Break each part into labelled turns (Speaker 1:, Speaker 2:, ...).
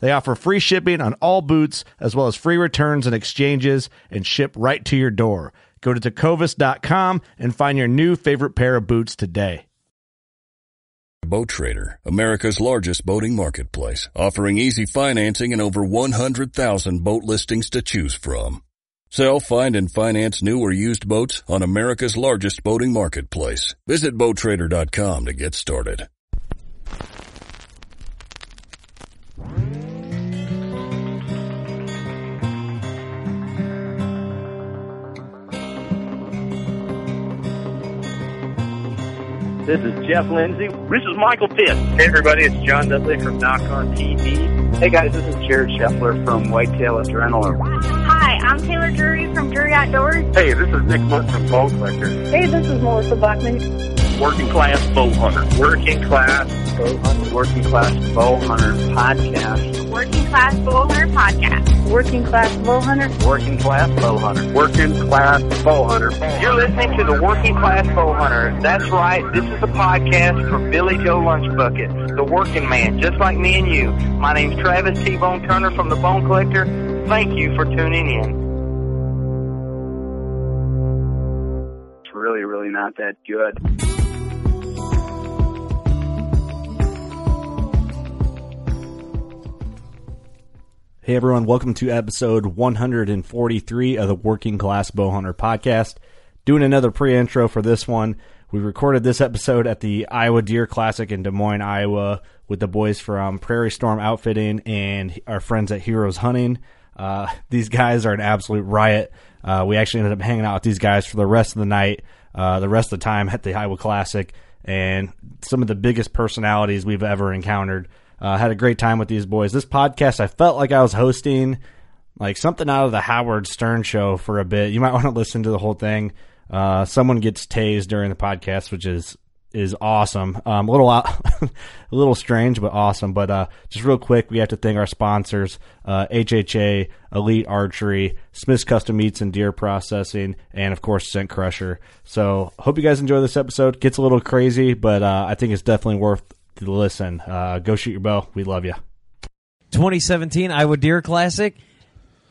Speaker 1: They offer free shipping on all boots, as well as free returns and exchanges, and ship right to your door. Go to tecovas.com and find your new favorite pair of boots today.
Speaker 2: Boat Trader, America's largest boating marketplace, offering easy financing and over 100,000 boat listings to choose from. Sell, find, and finance new or used boats on America's largest boating marketplace. Visit BoatTrader.com to get started.
Speaker 3: This is Jeff Lindsay.
Speaker 4: This is Michael Pitt.
Speaker 5: Hey, everybody, it's John Dudley from Knock on TV.
Speaker 6: Hey, guys, this is Jared Scheffler from Whitetail Adrenaline.
Speaker 7: Hi, I'm Taylor Drury from Drury Outdoors.
Speaker 8: Hey, this is Nick Munt from Bow Collector.
Speaker 9: Hey, this is Melissa Buckman.
Speaker 10: Working Class Bow Hunter.
Speaker 6: Working Class Bow Hunter. Working Class Bow Hunter Podcast.
Speaker 7: Working Class Bow Hunter Podcast.
Speaker 9: Working Class Bow Hunter.
Speaker 6: Working Class Bow Hunter.
Speaker 8: Working Class Bow Hunter.
Speaker 5: You're listening to the Working Class Bow Hunter. That's right. This is a podcast for Billy Joe Lunchbucket, the working man, just like me and you. My name's Travis T. Bone Turner from The Bone Collector. Thank you for tuning in.
Speaker 6: It's really, really not that good.
Speaker 1: Hey everyone, welcome to episode 143 of the Working Class Bowhunter podcast. Doing another pre-intro for this one. We recorded this episode at the Iowa Deer Classic in Des Moines, Iowa, with the boys from Prairie Storm Outfitting and our friends at Heroes Hunting. Uh, these guys are an absolute riot. Uh, we actually ended up hanging out with these guys for the rest of the night, uh, the rest of the time at the Iowa Classic, and some of the biggest personalities we've ever encountered. Uh, had a great time with these boys. This podcast, I felt like I was hosting like something out of the Howard Stern show for a bit. You might want to listen to the whole thing. Uh, someone gets tased during the podcast, which is is awesome. Um, a little out, a little strange, but awesome. But uh, just real quick, we have to thank our sponsors: uh, HHA, Elite Archery, Smith's Custom Meats and Deer Processing, and of course Scent Crusher. So, hope you guys enjoy this episode. Gets a little crazy, but uh, I think it's definitely worth to listen. Uh, go shoot your bow. We love you.
Speaker 11: 2017 Iowa Deer Classic.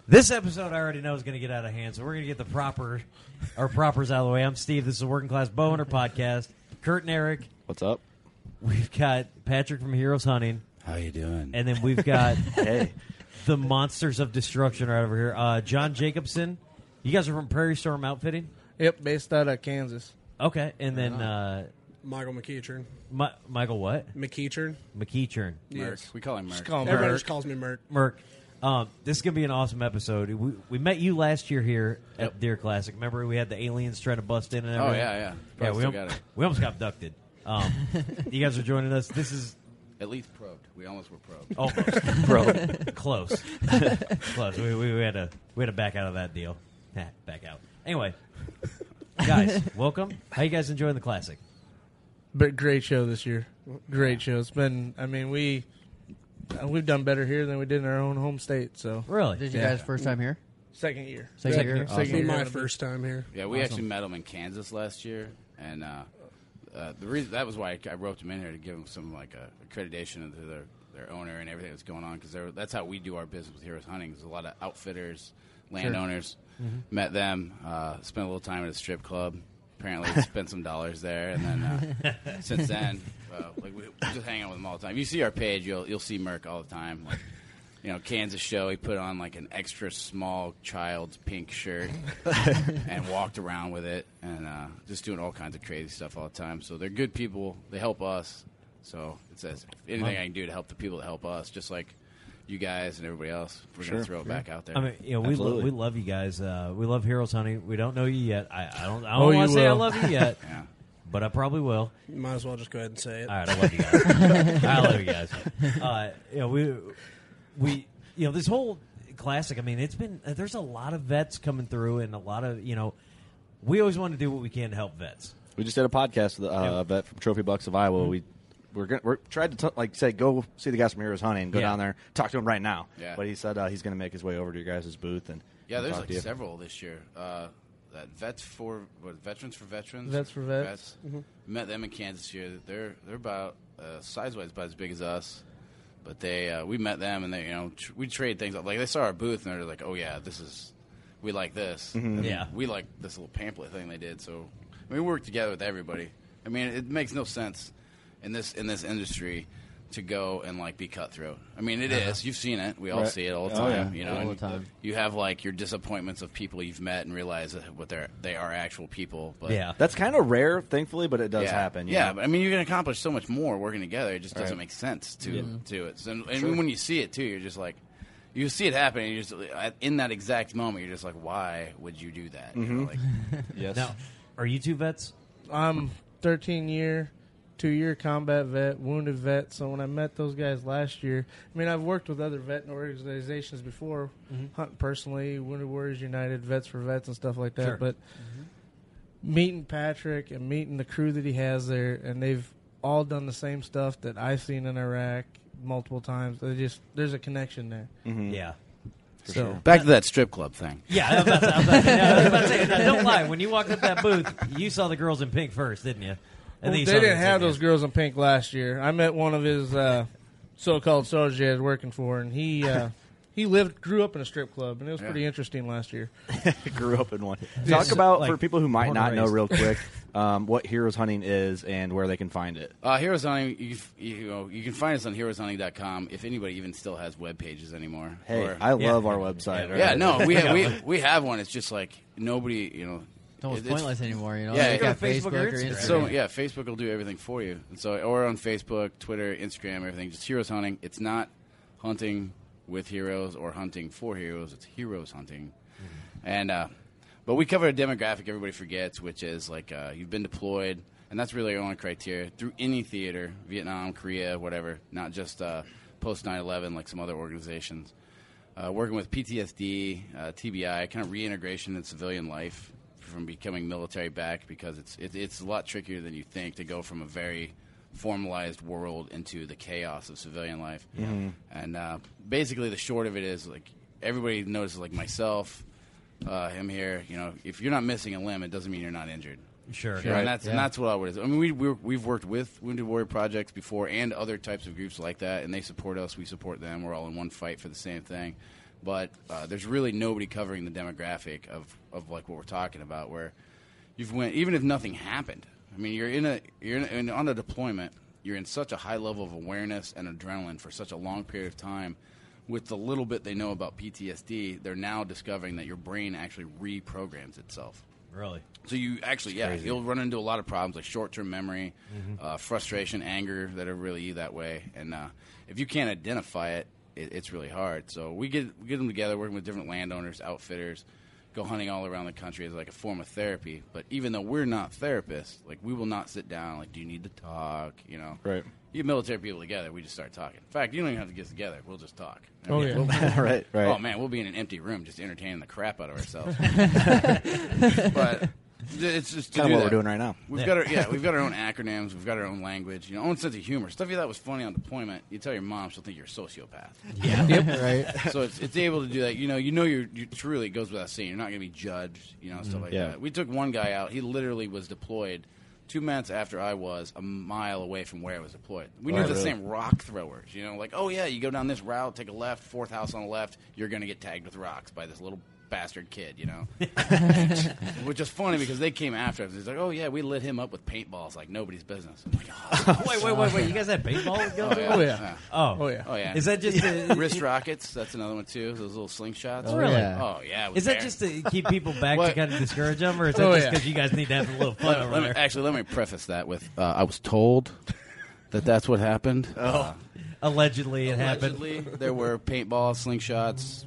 Speaker 11: This episode I already know is going to get out of hand, so we're going to get the proper our propers out of the way. I'm Steve. This is the Working Class Bowhunter Podcast. Kurt and Eric.
Speaker 12: What's up?
Speaker 11: We've got Patrick from Heroes Hunting.
Speaker 12: How you doing?
Speaker 11: And then we've got hey the monsters of destruction right over here. Uh, John Jacobson. You guys are from Prairie Storm Outfitting.
Speaker 13: Yep, based out of Kansas.
Speaker 11: Okay, and then. Uh,
Speaker 13: Michael McEachern.
Speaker 11: My, Michael what?
Speaker 13: McEachern.
Speaker 11: McEachern.
Speaker 12: Yes. Merc. We call him Merc.
Speaker 13: Just call him Everyone Merc. just calls me Merc.
Speaker 11: Merc. Um, this is going to be an awesome episode. We, we met you last year here at yep. Deer Classic. Remember we had the aliens trying to bust in and
Speaker 12: Oh,
Speaker 11: everything?
Speaker 12: yeah, yeah.
Speaker 11: Probably yeah we, al- got we almost got abducted. Um, you guys are joining us. This is...
Speaker 12: At least probed. We almost were probed.
Speaker 11: Almost. probed. Close. Close. We, we, we, had to, we had to back out of that deal. back out. Anyway, guys, welcome. How you guys enjoying the Classic?
Speaker 13: but great show this year. Great show. It's been. I mean, we uh, we've done better here than we did in our own home state. So
Speaker 11: really,
Speaker 14: did you yeah. guys first time here?
Speaker 13: Second year.
Speaker 14: Second, Second year.
Speaker 13: Second awesome. year. My first time here.
Speaker 12: Yeah, we awesome. actually met him in Kansas last year, and uh, uh, the reason that was why I, I roped him in here to give him some like uh, accreditation to their their owner and everything that's going on because that's how we do our business with Heroes Hunting. There's a lot of outfitters, landowners. Sure. Mm-hmm. Met them. uh, spent a little time at a strip club apparently spent some dollars there, and then uh, since then, uh, like we just hang out with him all the time. If you see our page, you'll you'll see Merc all the time. Like, you know, Kansas show. He put on like an extra small child's pink shirt and walked around with it, and uh, just doing all kinds of crazy stuff all the time. So they're good people. They help us. So it says anything I can do to help the people that help us, just like you guys and everybody else. We're
Speaker 11: Sure,
Speaker 12: gonna throw it
Speaker 11: sure.
Speaker 12: back out there.
Speaker 11: I mean, you know, we, lo-
Speaker 12: Absolutely.
Speaker 11: we love you guys. Uh, we love Heroes, honey. We don't know you yet. I, I don't. I don't
Speaker 13: Oh, you
Speaker 11: want to say I
Speaker 13: will.
Speaker 11: love you yet,
Speaker 13: Yeah.
Speaker 11: but I probably will.
Speaker 13: You might as well just go ahead and say it.
Speaker 11: All right, I love you guys. I love you guys. Uh, you know, we we you know this whole classic. I mean, it's been uh, there's a lot of vets coming through, and a lot of you know, we always want to do what we can to help vets.
Speaker 1: We just did a podcast with uh, a vet from Trophy Bucks of Iowa. We we're, gonna, we're tried to t- like say go see the guys from Heroes Hunting, go
Speaker 12: Yeah.
Speaker 1: down there, talk to him right now.
Speaker 12: Yeah.
Speaker 1: But he said uh, he's going to make his way over to your guys' booth and
Speaker 12: Yeah,
Speaker 1: and
Speaker 12: there's
Speaker 1: talk
Speaker 12: like
Speaker 1: to you.
Speaker 12: several this year. Uh, that vets for what, veterans for veterans.
Speaker 13: Vets for Vets. Mhm.
Speaker 12: Met them in Kansas here. They're they're about uh, size wise about as big as us, but they uh, we met them and they you know tr- we trade things like they saw our booth and they're like oh yeah this is we like this
Speaker 1: Mhm.
Speaker 12: And
Speaker 1: Yeah.
Speaker 12: we like this little pamphlet thing they did so I mean, we work together with everybody. I mean it makes no sense in this in this industry. To go and like be cutthroat. I mean, it
Speaker 14: Uh-huh.
Speaker 12: is. You've seen it. We all
Speaker 14: Right.
Speaker 12: see it all the
Speaker 14: Oh, yeah.
Speaker 12: time. You know,
Speaker 14: All
Speaker 12: and
Speaker 14: the time.
Speaker 12: you have like your disappointments of people you've met and realize that what they're they are actual people. But
Speaker 1: that's kind of rare, thankfully, but it does
Speaker 12: yeah.
Speaker 1: happen. you
Speaker 12: Yeah,
Speaker 1: know?
Speaker 12: but I mean, you can accomplish so much more working together. It just doesn't
Speaker 1: Right.
Speaker 12: make sense to
Speaker 1: Yeah.
Speaker 12: to it. So, and
Speaker 1: Sure.
Speaker 12: when you see it too, you're just like, you see it happen. And you're just at- in that exact moment. You're just like, why would you do that? You know,
Speaker 1: Mhm.
Speaker 12: like,
Speaker 11: Now, are you two vets?
Speaker 13: I'm 13 year, two year combat vet, wounded vet. So when I met those guys last year, I mean I've worked with other vet organizations before,
Speaker 12: Mm-hmm.
Speaker 13: hunting personally, Wounded Warriors United, Vets for Vets, and stuff like that.
Speaker 11: Sure.
Speaker 13: But
Speaker 12: Mm-hmm.
Speaker 13: meeting Patrick and meeting the crew that he has there, and they've all done the same stuff that I've seen in Iraq multiple times. They just there's a connection there.
Speaker 1: Hmm.
Speaker 11: Yeah.
Speaker 12: For
Speaker 13: So-
Speaker 12: sure. Back to that strip club thing.
Speaker 11: Yeah, I was about to, I was about to- yeah, I was about to say, now, don't lie. When you walked up that booth, you saw the girls in pink first, didn't you?
Speaker 13: Well,
Speaker 11: And then
Speaker 13: they
Speaker 11: you saw them
Speaker 13: didn't
Speaker 11: in
Speaker 13: have
Speaker 11: pink.
Speaker 13: those girls in pink last year. I met one of his uh, so-called soldiers he was working for, and he uh, he lived grew up in a strip club, and it was
Speaker 1: Yeah.
Speaker 13: pretty interesting last year.
Speaker 1: grew up in one.
Speaker 13: This
Speaker 1: Talk
Speaker 13: is
Speaker 1: about
Speaker 13: like
Speaker 1: for people who might
Speaker 13: born
Speaker 1: not
Speaker 13: and
Speaker 1: know
Speaker 13: raised.
Speaker 1: real quick um, what heroes hunting is and where they can find it.
Speaker 12: Uh, Heroes Hunting, you, you know, you can find us on heroeshunting.com if anybody even still has web pages anymore.
Speaker 1: Hey, I love our website,
Speaker 12: Yeah,
Speaker 1: right?
Speaker 12: yeah, no, we have, we,
Speaker 1: Yeah.
Speaker 12: we have one. It's just like nobody, you know.
Speaker 14: It's almost
Speaker 12: it-
Speaker 14: pointless anymore, you know?
Speaker 12: Yeah,
Speaker 14: You
Speaker 12: yeah,
Speaker 14: got Facebook or Instagram.
Speaker 12: So yeah, Facebook will do everything for you. And so or on Facebook, Twitter, Instagram, everything. Just Heroes Hunting. It's not hunting with heroes or hunting for heroes. It's heroes hunting, and uh, but we cover a demographic everybody forgets, which is like uh, you've been deployed, and that's really our only criteria through any theater, Vietnam, Korea, whatever, not just uh, post 9/11 like some other organizations. Uh, working with PTSD, uh, TBI, kind of reintegration in civilian life from becoming military back because it's it, it's a lot trickier than you think to go from a very formalized world into the chaos of civilian life.
Speaker 1: Mhm.
Speaker 12: And uh, basically, the short of it is like everybody notices, like myself, uh, him here. You know, if you're not missing a limb, it doesn't mean you're not injured.
Speaker 11: Sure.
Speaker 12: You know,
Speaker 11: Right.
Speaker 12: and that's and
Speaker 11: Yeah.
Speaker 12: that's what I would. I mean, we we're, we've worked with Wounded Warrior projects before and other types of groups like that, and they support us. We support them. We're all in one fight for the same thing. But uh, there's really nobody covering the demographic of, of like what we're talking about, where you've went even if nothing happened. I mean, you're in a you're in, in, on a deployment. You're in such a high level of awareness and adrenaline for such a long period of time. With the little bit they know about PTSD, they're now discovering that your brain actually reprograms itself.
Speaker 11: Really?
Speaker 12: So you actually, yeah,
Speaker 11: crazy.
Speaker 12: you'll run into a lot of problems like short-term memory,
Speaker 1: Mm-hmm.
Speaker 11: Mhm.
Speaker 12: uh, frustration, anger that are really that way. And uh, if you can't identify it, it, it's really hard. So we get we get them together, working with different landowners, outfitters, go hunting all around the country as like a form of therapy. But even though we're not therapists, like we will not sit down. Like, do you need to talk? You know,
Speaker 1: Right.
Speaker 12: You get military people together, we just start talking. In fact, you don't even have to get together. We'll just talk.
Speaker 1: Oh, yeah. Right, right.
Speaker 12: Oh man, we'll be in an empty room just entertaining the crap out of ourselves. but it's just to
Speaker 1: Kinda
Speaker 12: do
Speaker 1: what we're
Speaker 12: that.
Speaker 1: doing right now.
Speaker 12: We've
Speaker 1: Yeah.
Speaker 12: got our yeah, we've got our own acronyms, we've got our own language, you know, own sense of humor. Stuff you thought was funny on deployment, you tell your mom, she'll think you're a sociopath.
Speaker 14: Yeah. Yep. Right.
Speaker 12: So it's, it's able to do that. You know, you know, you're, you truly it goes without saying. You're not going to be judged. You know,
Speaker 11: Mm-hmm.
Speaker 12: stuff
Speaker 1: Mhm.
Speaker 12: like
Speaker 1: Yeah.
Speaker 12: that. We took one guy out. He literally was deployed two months after I was, a mile away from where I was deployed.
Speaker 11: Oh,
Speaker 12: We knew
Speaker 1: Wow.
Speaker 12: the
Speaker 1: Really?
Speaker 12: same rock throwers. You know, like oh yeah, you go down this route, take a left, fourth house on the left, you're going to get tagged with rocks by this little bastard kid, you know. Which is funny because they came after us. He's like, oh yeah, we lit him up with paintballs like nobody's business. I'm like, oh,
Speaker 11: wait, wait, wait, wait. You guys had paintballs?
Speaker 12: Oh yeah.
Speaker 11: Oh, yeah. Oh.
Speaker 12: oh yeah. Oh yeah.
Speaker 11: Is that just a-
Speaker 12: wrist rockets? That's another one too. Those little slingshots.
Speaker 11: Oh, really? Yeah.
Speaker 12: Oh yeah.
Speaker 11: Is that just to keep people back to kind of discourage them, or is that just 'cause you guys need to have a little fun
Speaker 12: Let-
Speaker 11: over
Speaker 12: let me-
Speaker 11: there?
Speaker 12: Actually, let me preface that with uh, I was told that that's what happened. Uh,
Speaker 11: allegedly it
Speaker 12: allegedly,
Speaker 11: happened.
Speaker 12: there were paintballs, slingshots.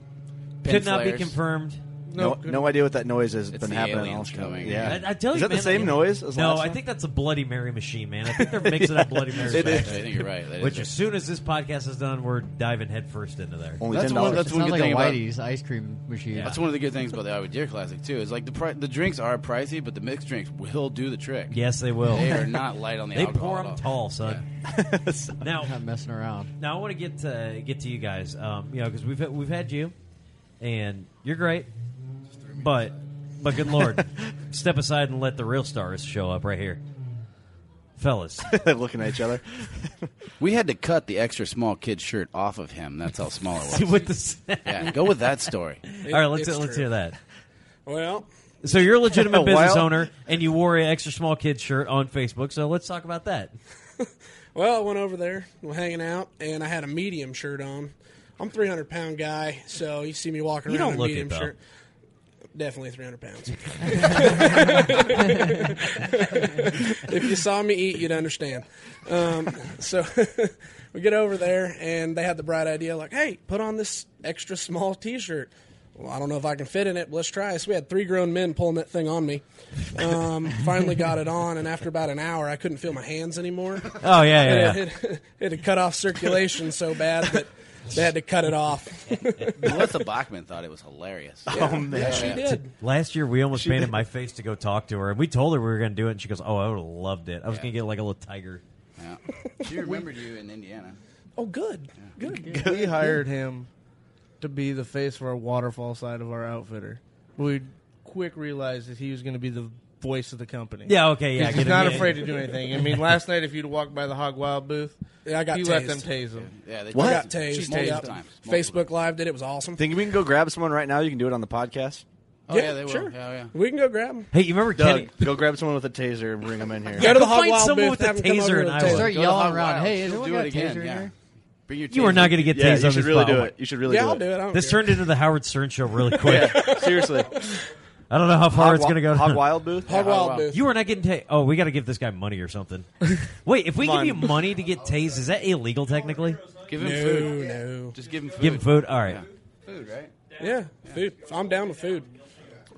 Speaker 12: pin
Speaker 11: Could not be
Speaker 12: flares.
Speaker 11: confirmed.
Speaker 1: No, no, idea what that noise has
Speaker 12: It's
Speaker 1: been
Speaker 12: the
Speaker 1: happening.
Speaker 12: aliens
Speaker 1: all-
Speaker 12: coming.
Speaker 1: Yeah,
Speaker 11: I, I tell you,
Speaker 1: is that
Speaker 11: man,
Speaker 1: the same
Speaker 11: like-
Speaker 1: noise? As
Speaker 11: no,
Speaker 1: last
Speaker 11: I
Speaker 1: time?
Speaker 11: think that's a Bloody Mary machine, man. I think they're mixing up Bloody Marys.
Speaker 12: It
Speaker 11: back.
Speaker 12: is. I think you're right. That is
Speaker 11: Which,
Speaker 12: it.
Speaker 11: as soon as this podcast is done, we're diving headfirst into there.
Speaker 5: Oh.
Speaker 12: that's One, that's one
Speaker 14: Oh, Sounds
Speaker 12: good
Speaker 14: like a
Speaker 12: thing about-
Speaker 14: Whitey's ice cream machine.
Speaker 12: That's one of the good things about the Iowa Deer Classic too. Is like the pri- the drinks are pricey, but the mixed drinks will do the trick.
Speaker 11: Yes, they will.
Speaker 12: They are not light on the
Speaker 11: They
Speaker 12: alcohol
Speaker 11: pour
Speaker 12: at
Speaker 11: them
Speaker 12: all.
Speaker 11: tall, son. now,
Speaker 14: not messing around.
Speaker 11: Now I want to get to get to you guys, um, you know, because we've had, we've had you, and you're great, but but good lord, step aside and let the real stars show up right here, fellas.
Speaker 1: Looking at each other.
Speaker 12: We had to cut the extra small kid shirt off of him. That's how small it was.
Speaker 11: See what this-
Speaker 12: yeah, go with that story.
Speaker 11: All right, let's
Speaker 5: it's
Speaker 11: let's
Speaker 5: true.
Speaker 11: hear that.
Speaker 5: Well,
Speaker 11: So you're a legitimate business
Speaker 5: Well-
Speaker 11: owner, and you wore an extra small kid shirt on Facebook. So let's talk about that.
Speaker 5: well, I went over there, we're hanging out, and I had a medium shirt on. I'm a 300 pound guy, so you see me walking
Speaker 11: You
Speaker 5: around
Speaker 11: don't
Speaker 5: in a
Speaker 11: look it,
Speaker 5: medium
Speaker 11: though.
Speaker 5: shirt. Definitely 300 pounds. if you saw me eat, you'd understand. Um, so we get over there, and they had the bright idea like, hey, put on this extra small t shirt. Well, I don't know if I can fit in it, but let's try. So we had three grown men pulling that thing on me. Um, finally got it on, and after about an hour, I couldn't feel my hands anymore.
Speaker 11: Oh, yeah, yeah,
Speaker 5: And It, it, it had cut off circulation so bad that they had to cut it off.
Speaker 12: Melissa Bachman thought it was hilarious.
Speaker 5: Oh, man. She did.
Speaker 11: Last year, we almost
Speaker 5: She
Speaker 11: painted
Speaker 5: did.
Speaker 11: my face to go talk to her, and we told her we were going to do it, and she goes, "Oh, I would have loved it. I was going to get like a little tiger."
Speaker 12: Yeah. She remembered you in Indiana.
Speaker 5: Oh, good. Good.
Speaker 13: we hired him to be the face of our waterfall side of our outfitter. We quick realized that he was going to be the voice of the company.
Speaker 11: Yeah, okay, yeah, I
Speaker 13: 'Cause
Speaker 11: get
Speaker 13: He's
Speaker 11: it.
Speaker 13: not
Speaker 11: Yeah,
Speaker 13: afraid
Speaker 11: yeah.
Speaker 13: to do anything. I mean, last night if you'd walked by the Hog Wild booth,
Speaker 5: Yeah, I got
Speaker 13: he
Speaker 5: tased.
Speaker 13: let them tase him.
Speaker 12: Yeah,
Speaker 5: I got tased.
Speaker 13: She's
Speaker 5: yeah.
Speaker 13: tased.
Speaker 5: Facebook Live did it. It was awesome.
Speaker 1: Think we can go grab someone right now? You can do it on the podcast.
Speaker 5: Oh, yeah, they will.
Speaker 1: Sure.
Speaker 5: Yeah, We can go grab them.
Speaker 11: Hey, you remember
Speaker 1: Doug,
Speaker 11: Kenny-
Speaker 1: Go grab someone with a taser and bring them in here.
Speaker 5: Go to the Hog Wild booth, have 'em come over to the
Speaker 14: Start
Speaker 5: table.
Speaker 12: Go to
Speaker 14: yelling
Speaker 12: Hog
Speaker 14: around.
Speaker 12: Wild.
Speaker 14: Hey,
Speaker 12: She'll
Speaker 14: has anyone
Speaker 12: do
Speaker 14: got
Speaker 12: it
Speaker 14: a
Speaker 12: again,
Speaker 14: taser in
Speaker 12: yeah.
Speaker 14: here?
Speaker 12: Bring your
Speaker 11: You are not going to get
Speaker 1: Yeah,
Speaker 11: tased
Speaker 1: you
Speaker 11: on
Speaker 1: should
Speaker 11: this
Speaker 1: really
Speaker 11: spot.
Speaker 1: do
Speaker 11: Oh
Speaker 1: it.
Speaker 11: my-
Speaker 1: You should really
Speaker 5: Yeah,
Speaker 1: do
Speaker 5: I'll
Speaker 1: it.
Speaker 5: do it. I don't
Speaker 11: This
Speaker 5: care.
Speaker 11: turned into the Howard Stern show really quick.
Speaker 1: Yeah, seriously.
Speaker 11: I don't know how far
Speaker 1: Hog
Speaker 11: it's
Speaker 1: Wi-
Speaker 11: going to go.
Speaker 1: Hog Wild booth?
Speaker 5: Hog Wild booth.
Speaker 11: You are not getting tased. Oh, we got to give this guy money or something. Wait, if we give
Speaker 1: Come
Speaker 11: you
Speaker 1: on.
Speaker 11: money to get tased, is that illegal technically?
Speaker 12: Give him
Speaker 5: No,
Speaker 12: food.
Speaker 5: no.
Speaker 12: Just give him food.
Speaker 11: Give him food. All right.
Speaker 12: Food, right?
Speaker 5: Yeah, food. I'm down with food.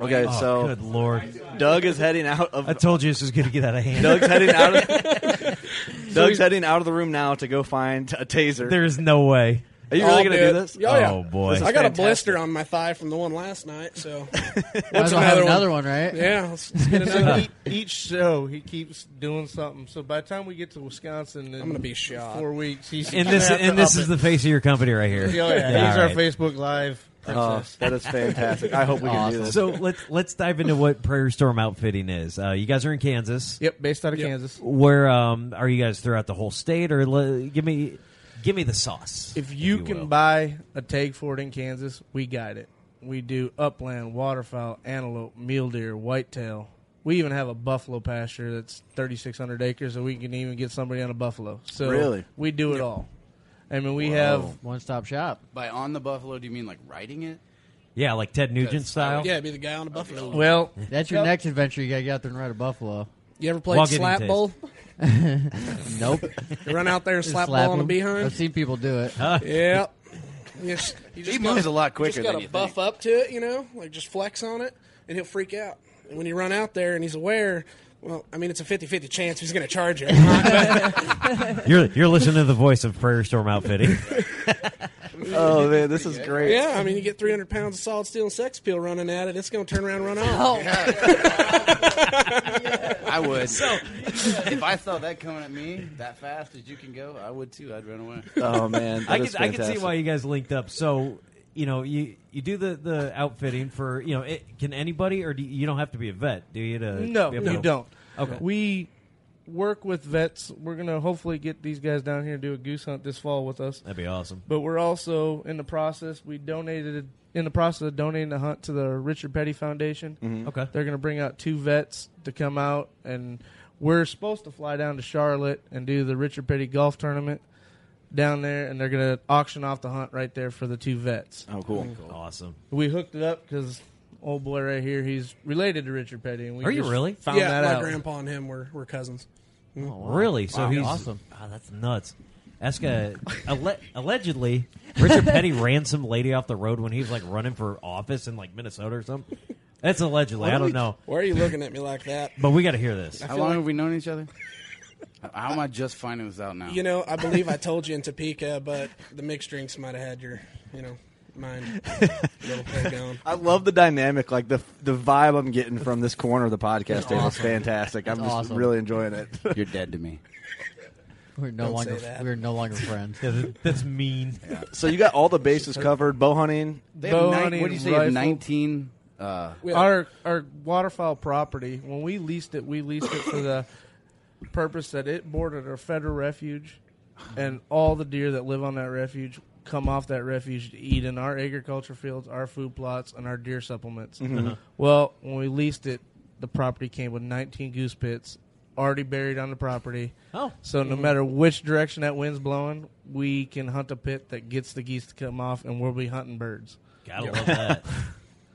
Speaker 1: Okay,
Speaker 11: Oh,
Speaker 1: so
Speaker 11: good lord!
Speaker 1: Doug is heading out of.
Speaker 11: I told you this was going to get out of hand.
Speaker 1: Doug's heading out. Of, Doug's heading out of the room now to go find a taser.
Speaker 11: there is no way.
Speaker 1: Are you really
Speaker 5: I'll
Speaker 1: going to
Speaker 5: it.
Speaker 1: do this?
Speaker 5: Yeah, yeah.
Speaker 11: Oh, boy.
Speaker 5: I
Speaker 11: This is
Speaker 5: got
Speaker 1: fantastic.
Speaker 5: a blister on my thigh from the one last night. So
Speaker 14: Might
Speaker 5: what's
Speaker 14: as well have
Speaker 5: another
Speaker 14: another one,
Speaker 5: one?
Speaker 14: right?
Speaker 5: yeah, let's, let's get another.
Speaker 13: So each, each show, he keeps doing something. So by the time we get to Wisconsin, in
Speaker 5: I'm gonna be shot.
Speaker 13: Four weeks. He's
Speaker 11: And
Speaker 13: gonna
Speaker 11: this
Speaker 13: have to
Speaker 11: and this
Speaker 13: up
Speaker 11: is
Speaker 13: it. Oh,
Speaker 11: the face of your company right here.
Speaker 13: Yeah, yeah,
Speaker 11: Yeah,
Speaker 13: he's
Speaker 11: all
Speaker 13: our
Speaker 11: right. Uh-huh.
Speaker 13: Facebook Live
Speaker 1: Oh,
Speaker 13: princess.
Speaker 1: that is fantastic. I hope we can do this.
Speaker 11: So let's let's dive into what Prairie Storm Outfitting is. Uh, you guys are in Kansas.
Speaker 13: Yep, based out of Kansas.
Speaker 11: Where um, are you guys throughout the whole state, or le- give me give me the sauce?
Speaker 13: If you,
Speaker 11: you
Speaker 13: can
Speaker 11: will.
Speaker 13: buy a tag for it in Kansas, we got it. We do upland, waterfowl, antelope, mule deer, whitetail. We even have a buffalo pasture that's 3,600 acres, and we can even get somebody on a buffalo. So
Speaker 1: Really?
Speaker 13: we do it all. I mean, we have
Speaker 14: One stop shop.
Speaker 12: By on the buffalo, do you mean like riding it?
Speaker 11: Yeah, like Ted Nugent
Speaker 12: That's-
Speaker 11: style.
Speaker 5: Yeah, be the guy on the buffalo.
Speaker 13: well.
Speaker 14: That's your
Speaker 13: Yep.
Speaker 14: next adventure. You gotta get out there and ride a buffalo.
Speaker 5: You ever played
Speaker 11: While getting
Speaker 5: slap
Speaker 11: tased.
Speaker 5: bowl?
Speaker 14: Nope.
Speaker 5: You run out there and
Speaker 14: Just
Speaker 5: slap,
Speaker 14: slap
Speaker 5: ball on a
Speaker 14: him.
Speaker 5: behind.
Speaker 14: I've seen people do it.
Speaker 5: Yep. You just, you just
Speaker 12: He moves a lot quicker
Speaker 5: just
Speaker 12: than
Speaker 5: gotta
Speaker 12: you
Speaker 5: buff
Speaker 12: think.
Speaker 5: up to it, you know, like just flex on it, and he'll freak out. And when you run out there and he's aware, well, I mean, it's a 50-50 chance he's going to charge you. or not, but
Speaker 11: You're you're listening to the voice of Prairie Storm Outfitting.
Speaker 1: oh man, this is great.
Speaker 5: yeah, I mean, you get 300 pounds of solid steel and sex peel running at it, it's going to turn around and run off.
Speaker 12: I would. So if I saw that coming at me that fast as you can go, I would too. I'd run away.
Speaker 1: Oh man,
Speaker 11: I
Speaker 1: that is
Speaker 11: can I can see
Speaker 1: fantastic.
Speaker 11: why you guys linked up. So you know you you do the the outfitting for you know it, can anybody or do you, you don't have to be a vet do you to
Speaker 13: No,
Speaker 11: be able
Speaker 13: you
Speaker 11: to-
Speaker 13: don't.
Speaker 11: Okay.
Speaker 13: We work with vets. We're gonna hopefully get these guys down here and do a goose hunt this fall with us.
Speaker 11: That'd be awesome.
Speaker 13: But we're also in the process. We donated in the process of donating the hunt to the Richard Petty Foundation.
Speaker 11: Mhm. Okay.
Speaker 13: They're going to bring out two vets to come out, and we're supposed to fly down to Charlotte and do the Richard Petty golf tournament down there, and they're going to auction off the hunt right there for the two vets.
Speaker 1: Oh, cool.
Speaker 11: Cool. Awesome.
Speaker 13: We hooked it up because old boy right here, he's related to Richard Petty. And we
Speaker 11: Are you
Speaker 13: just
Speaker 11: really?
Speaker 13: Found
Speaker 5: yeah,
Speaker 13: that
Speaker 5: my
Speaker 13: out.
Speaker 5: grandpa and him were, were cousins. Mm.
Speaker 11: Really? So he's Wow, that's nuts. That's gonna, alle- allegedly Richard Petty ran some lady off the road when he was like running for office in like Minnesota or something. That's allegedly. I don't know.
Speaker 5: Why are you looking at me like that?
Speaker 11: But we got to hear this.
Speaker 12: How long have we known each other? How am I just finding this out now?
Speaker 5: You know, I believe I told you in Topeka, but the mixed drinks might have had your, you know, mind a little bit gone.
Speaker 1: I love the dynamic, like the the vibe I'm getting from this corner of the podcast table is
Speaker 5: awesome.
Speaker 1: fantastic. I'm
Speaker 5: That's
Speaker 1: just
Speaker 5: awesome.
Speaker 1: really enjoying it.
Speaker 12: You're dead to me.
Speaker 14: We're no
Speaker 1: Don't
Speaker 14: longer
Speaker 1: say that.
Speaker 14: we're no longer friends.
Speaker 11: that's mean.
Speaker 1: So you got all the bases covered. Bow hunting.
Speaker 12: They have
Speaker 13: Bow
Speaker 12: nine-
Speaker 13: hunting,
Speaker 12: what do you say? you have
Speaker 13: rifle.
Speaker 12: Nineteen. Uh,
Speaker 13: our our waterfowl property when we leased it we leased it for the purpose that it bordered our federal refuge and all the deer that live on that refuge come off that refuge to eat in our agriculture fields our food plots and our deer supplements
Speaker 14: Mhm. Uh-huh.
Speaker 13: well when we leased it the property came with 19 goose pits already buried on the property
Speaker 11: Oh.
Speaker 13: so no
Speaker 11: Mhm.
Speaker 13: matter which direction that wind's blowing we can hunt a pit that gets the geese to come off and we'll be hunting birds
Speaker 11: Gotta love that.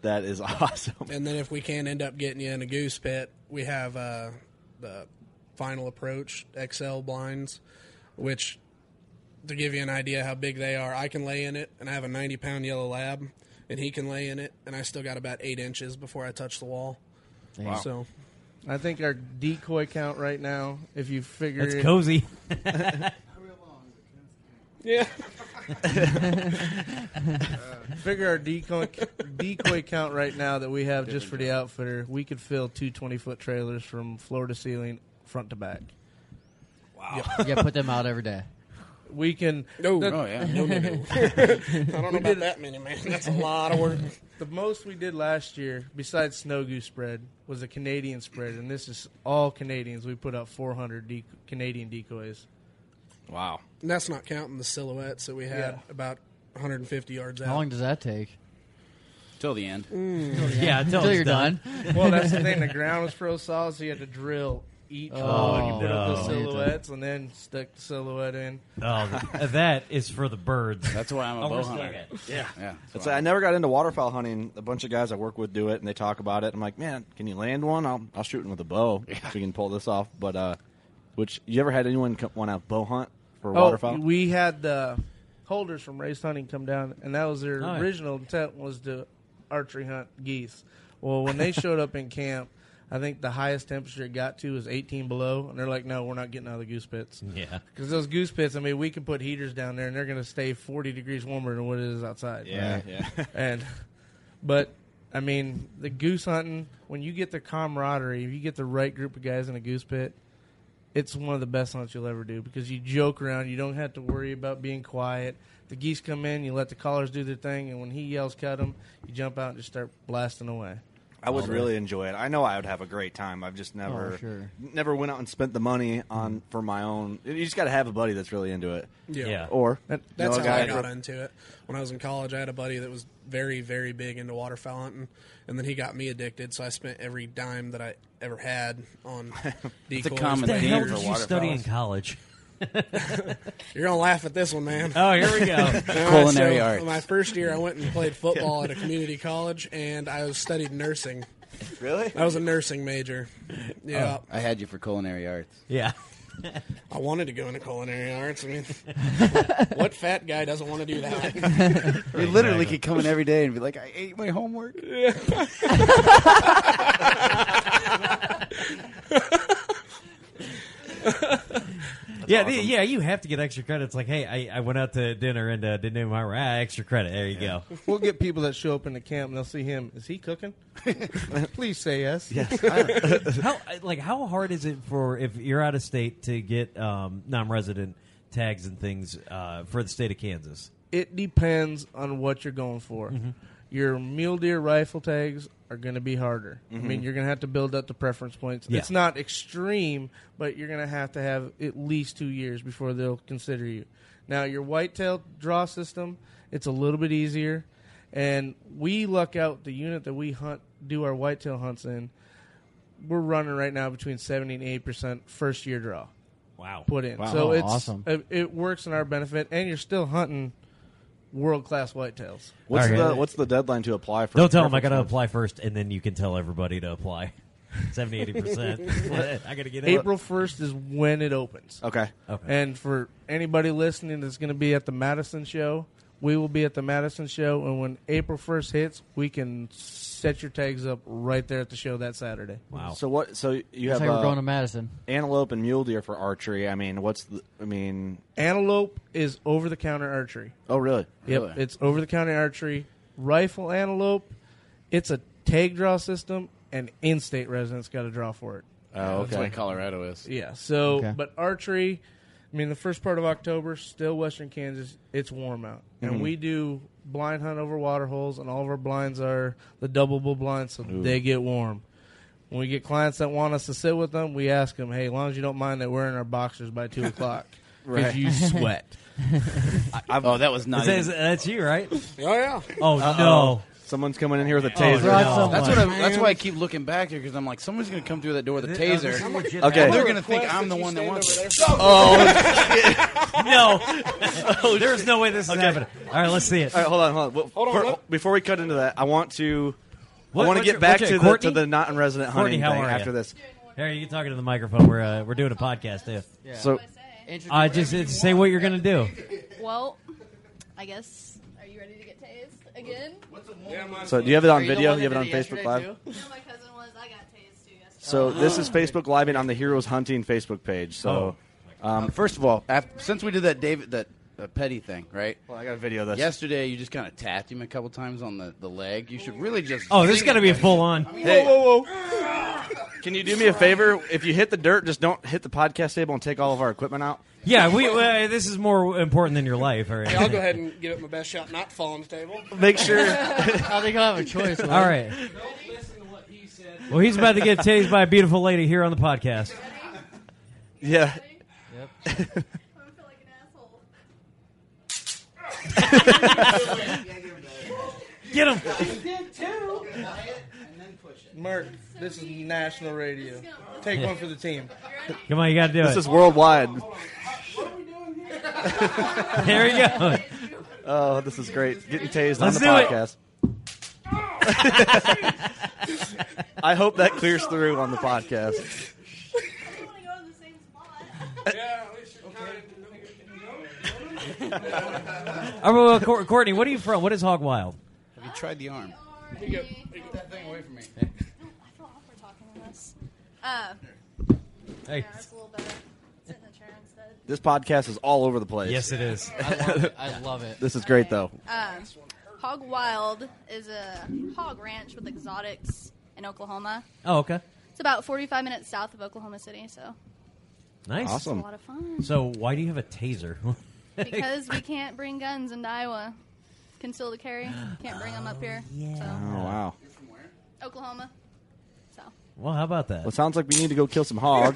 Speaker 1: that is awesome.
Speaker 5: And then if we can't end up getting you in a goose pit, we have uh, the final approach XL blinds, which to give you an idea how big they are, I can lay in it, and I have a 90 pound yellow lab, and he can lay in it, and I still got about eight inches before I touch the wall.
Speaker 13: Wow.
Speaker 5: So
Speaker 13: I think our decoy count right now, if you figure
Speaker 11: That's
Speaker 13: it-
Speaker 11: cozy.
Speaker 5: yeah.
Speaker 13: figure our decoy decoy count right now that we have just for the outfitter, we could fill two 20 foot trailers from floor to ceiling, front to back.
Speaker 5: Wow.
Speaker 14: yeah, put them out every day.
Speaker 13: We can.
Speaker 5: No.
Speaker 13: that-
Speaker 5: Oh, yeah. No, no, no. I don't know
Speaker 13: We
Speaker 5: about that many, man. That's a lot of work.
Speaker 13: The most we did last year, besides snow goose spread, was a Canadian spread, and this is all Canadians. We put up 400 de- Canadian decoys.
Speaker 12: Wow.
Speaker 5: And that's not counting the silhouettes that we had about 150 yards out.
Speaker 14: How long does that take?
Speaker 12: Till the end.
Speaker 5: Mm.
Speaker 14: Yeah, until Until it's you're done. done.
Speaker 13: well, that's the thing. The ground was pro solid, so you had to drill each
Speaker 14: Oh,
Speaker 13: one. You put up the
Speaker 11: no.
Speaker 13: silhouettes and then stuck the silhouette in.
Speaker 11: Oh, th- that is for the birds.
Speaker 12: That's why I'm a
Speaker 11: Oh, we're
Speaker 12: bow
Speaker 11: still
Speaker 12: hunter.
Speaker 11: good.
Speaker 12: Yeah. Yeah.
Speaker 1: It's like, I never got into waterfowl hunting. A bunch of guys I work with do it, and they talk about it. I'm like, man, can you land one? I'll, I'll shoot one with a bow if we can pull this off. But uh, which you ever had anyone want to bow hunt for
Speaker 13: Oh,
Speaker 1: waterfowl?
Speaker 13: We had the holders from race hunting come down, and that was their
Speaker 11: Oh, yeah.
Speaker 13: original intent was to archery hunt geese. Well, when they showed up in camp, I think the highest temperature it got to was 18 below, and they're like, "No, we're not getting out of the goose pits."
Speaker 11: Yeah.
Speaker 13: because those goose pits. I mean, we can put heaters down there, and they're going to stay 40 degrees warmer than what it is outside.
Speaker 1: Yeah, Right. yeah.
Speaker 13: and but. I mean, the goose hunting, when you get the camaraderie, if you get the right group of guys in a goose pit, it's one of the best hunts you'll ever do because you joke around. You don't have to worry about being quiet. The geese come in, you let the callers do their thing, and when he yells, cut him, you jump out and just start blasting away.
Speaker 1: I would really enjoy it. I know I would have a great time. I've just never,
Speaker 13: Oh, sure.
Speaker 1: never went out and spent the money on for my own. You just got to have a buddy that's really into it.
Speaker 5: Yeah. Yeah.
Speaker 1: Or
Speaker 5: That's
Speaker 1: know a
Speaker 5: how
Speaker 1: guy
Speaker 5: I got
Speaker 1: from-
Speaker 5: into it. When I was in college, I had a buddy that was very, very big into waterfowl hunting, and then he got me addicted. So I spent every dime that I ever had on decoys.
Speaker 12: common
Speaker 11: What the
Speaker 12: theme
Speaker 11: hell
Speaker 12: for
Speaker 11: did you
Speaker 12: waterfowls.
Speaker 11: study in college?
Speaker 5: You're gonna laugh at this one, man.
Speaker 11: Oh, here we go. Culinary
Speaker 5: so
Speaker 11: arts.
Speaker 5: My first year, I went and played football at a community college, and I was studied nursing.
Speaker 1: Really?
Speaker 5: I was a nursing major. Yeah.
Speaker 12: Oh, I had you for culinary arts.
Speaker 11: Yeah.
Speaker 5: I wanted to go into culinary arts. I mean, what fat guy doesn't want to do that?
Speaker 12: You literally could come in every day and be like, I ate my homework.
Speaker 5: Yeah.
Speaker 11: yeah, the- yeah, you have to get extra credit. It's like, hey, I, I went out to dinner and uh, didn't do my ah, extra credit. There you go.
Speaker 13: We'll get people that show up in the camp and they'll see him. Is he cooking? Please say yes. Yes.
Speaker 11: how like how hard is it for if you're out of state to get um, non-resident tags and things uh, for the state of Kansas?
Speaker 13: it depends on what you're going for. Your mule deer rifle tags are going to be harder. I
Speaker 11: Mhm.
Speaker 13: mean, you're going to have to build up the preference points.
Speaker 11: Yeah.
Speaker 13: It's not extreme, but you're going to have to have at least two years before they'll consider you. Now, your whitetail draw system, it's a little bit easier. and we luck out the unit that we hunt do our whitetail hunts in. We're running right now between seventy and eighty percent first year draw.
Speaker 11: Wow,
Speaker 13: put in
Speaker 11: Wow.
Speaker 13: so
Speaker 11: Oh,
Speaker 13: it's
Speaker 11: awesome.
Speaker 13: it, it works in our benefit, and you're still hunting world class whitetails.
Speaker 1: What's the What's the deadline to apply for?
Speaker 11: Don't tell them I got
Speaker 1: preference
Speaker 11: to
Speaker 1: hunts?
Speaker 11: apply first, and then you can tell everybody to apply. 70, 80 percent. I got to get in.
Speaker 13: April first is when it opens.
Speaker 1: Okay.
Speaker 11: Okay.
Speaker 13: And for anybody listening that's going to be at the Madison show, we will be at the Madison show, and when April first hits, we can set your tags up right there at the show that Saturday.
Speaker 11: Oh.
Speaker 1: So what? So you have
Speaker 13: That's how we're
Speaker 1: uh,
Speaker 13: going to Madison.
Speaker 1: Antelope and mule deer for archery. I mean, what's the? I mean,
Speaker 13: Antelope is over the counter archery.
Speaker 1: oh really?
Speaker 13: Yep,
Speaker 1: Really?
Speaker 13: it's over the counter archery. Rifle antelope, it's a tag draw system, and in state residents got to draw for it.
Speaker 12: Oh, Yeah, that's okay. what Colorado is.
Speaker 13: Yeah, so,
Speaker 12: Okay.
Speaker 13: but archery, I mean, the first part of October, still Western Kansas, it's warm out.
Speaker 12: Mhm.
Speaker 13: And we do blind hunt over water holes, and all of our blinds are the doubleable blinds, so
Speaker 12: Ooh.
Speaker 13: they get warm. When we get clients that want us to sit with them, we ask them, hey, as long as you don't mind that we're in our boxers by 2 o'clock. Because
Speaker 11: Right.
Speaker 13: you sweat.
Speaker 12: oh, that was not.
Speaker 11: Is that- is that- that's you, right?
Speaker 5: Oh yeah.
Speaker 11: Oh
Speaker 1: Uh-oh.
Speaker 11: no.
Speaker 1: Someone's coming in here with a
Speaker 11: Oh,
Speaker 1: taser.
Speaker 11: no.
Speaker 12: That's what. I, that's why I keep looking back here because I'm like, someone's gonna come through that door with a
Speaker 11: Th- uh,
Speaker 12: taser.
Speaker 11: this is legit.
Speaker 1: Okay.
Speaker 12: And they're gonna
Speaker 1: Request
Speaker 12: think
Speaker 1: that
Speaker 12: I'm the
Speaker 1: you
Speaker 12: one that
Speaker 1: stand
Speaker 12: wants
Speaker 1: over
Speaker 12: it.
Speaker 1: there.
Speaker 11: no. There's no way this is happening. All right, let's see it.
Speaker 1: All right, hold on, hold on. Well,
Speaker 11: Hold on,
Speaker 1: for-
Speaker 11: what-
Speaker 1: Before we cut into that, I want to.
Speaker 11: What-
Speaker 1: I want to
Speaker 11: what's
Speaker 1: get
Speaker 11: your-
Speaker 1: back to
Speaker 11: what's your-
Speaker 1: the, to
Speaker 11: Courtney?
Speaker 1: the non-resident hunting
Speaker 11: Courtney, how
Speaker 1: thing
Speaker 11: are
Speaker 1: after
Speaker 11: ya?
Speaker 1: this.
Speaker 11: Harry, you can talk into the microphone. We're uh, we're doing a podcast too.
Speaker 7: Yeah.
Speaker 1: So-
Speaker 11: I just it's say what you're gonna do.
Speaker 7: Well, I guess. Are you ready to get tased again? What's a
Speaker 1: So do you have it on video? You have it Oh. on Facebook Live? So this is Facebook Live and on the Heroes Hunting Facebook page. So um,
Speaker 12: first of all, after, since we did that David that uh, Petty thing, right?
Speaker 1: Well, I got a video of this.
Speaker 12: Yesterday, you just kind of tapped him a couple times on the, the leg. You should really just.
Speaker 11: Oh, this is
Speaker 12: zing
Speaker 11: gonna
Speaker 12: it,
Speaker 11: be
Speaker 12: buddy.
Speaker 11: full on.
Speaker 1: Hey. Can you do me a favor? If you hit the dirt, just don't hit the podcast table and take all of our equipment out.
Speaker 11: Yeah, we uh, this is more important than your life. All right.
Speaker 5: Hey, I'll go ahead and give it my best shot, not fall on the table.
Speaker 1: Make sure.
Speaker 11: I
Speaker 14: think I'll have a choice,
Speaker 11: All right. Well, he's about to get tased by a beautiful lady here on the podcast.
Speaker 1: Yeah.
Speaker 14: Yep.
Speaker 11: Get him.
Speaker 13: He did too. Merc, this is national radio. Take one for the team.
Speaker 11: Come on, you gotta do
Speaker 1: this
Speaker 11: it.
Speaker 1: This is worldwide.
Speaker 11: There you go.
Speaker 1: Oh, this is great. Getting tased on
Speaker 11: Let's
Speaker 1: the
Speaker 11: do it.
Speaker 1: podcast. I hope that clears through on the podcast.
Speaker 11: All right, well, Cour- Courtney, what are you from? What is Hog Wild?
Speaker 12: Have you tried the arm? Get that thing away from me.
Speaker 7: Uh,
Speaker 11: Hey.
Speaker 7: that's a little better. Sit in the chair instead.
Speaker 1: This podcast is all over the place.
Speaker 11: Yes, it is.
Speaker 7: I
Speaker 14: love it. I love it.
Speaker 1: This is great, though.
Speaker 7: Um, hog Wild is a hog ranch with exotics in Oklahoma.
Speaker 11: Oh, okay.
Speaker 7: It's about 45 minutes south of Oklahoma City, so
Speaker 11: Nice.
Speaker 7: Awesome. It's a lot of fun.
Speaker 11: So, why do you have a taser?
Speaker 7: because we can't bring guns into Iowa, concealed carry, can't bring them up here.
Speaker 1: Oh, wow.
Speaker 7: So Oklahoma. So
Speaker 11: Well, how about that?
Speaker 1: Well, it sounds like we need to go kill some hogs.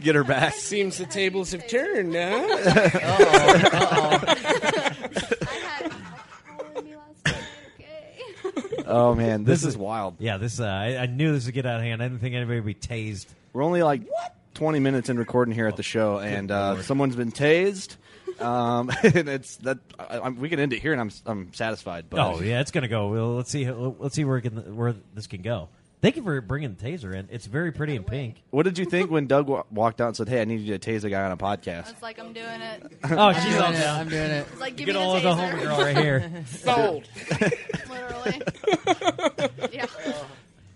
Speaker 1: Get her back.
Speaker 5: Seems the tables have turned, huh?
Speaker 1: Oh, man. This, is, wild.
Speaker 11: Yeah, this uh, I, I knew this would get out of hand. I didn't think anybody would be tased.
Speaker 1: We're only like 20 minutes in recording here at
Speaker 11: Oh,
Speaker 1: the show, and uh, someone's been tased. Um, and it's that I, I'm, we can end it here, and I'm I'm satisfied. But
Speaker 11: Oh yeah, it's gonna go. Well, let's see. how- Let's see where it can, where this can go. Thank you for bringing the taser in. It's very pretty and pink.
Speaker 1: What did you think when Doug wa- walked out and said, "Hey, I need you to tase a guy on a podcast"?
Speaker 7: it's like I'm doing it.
Speaker 11: Oh, she's all down.
Speaker 14: I'm doing it.
Speaker 7: It's like give
Speaker 11: Get
Speaker 7: me
Speaker 11: all of
Speaker 7: the
Speaker 11: the
Speaker 7: taser.
Speaker 11: homegirl right here.
Speaker 5: Sold.
Speaker 7: Literally. yeah.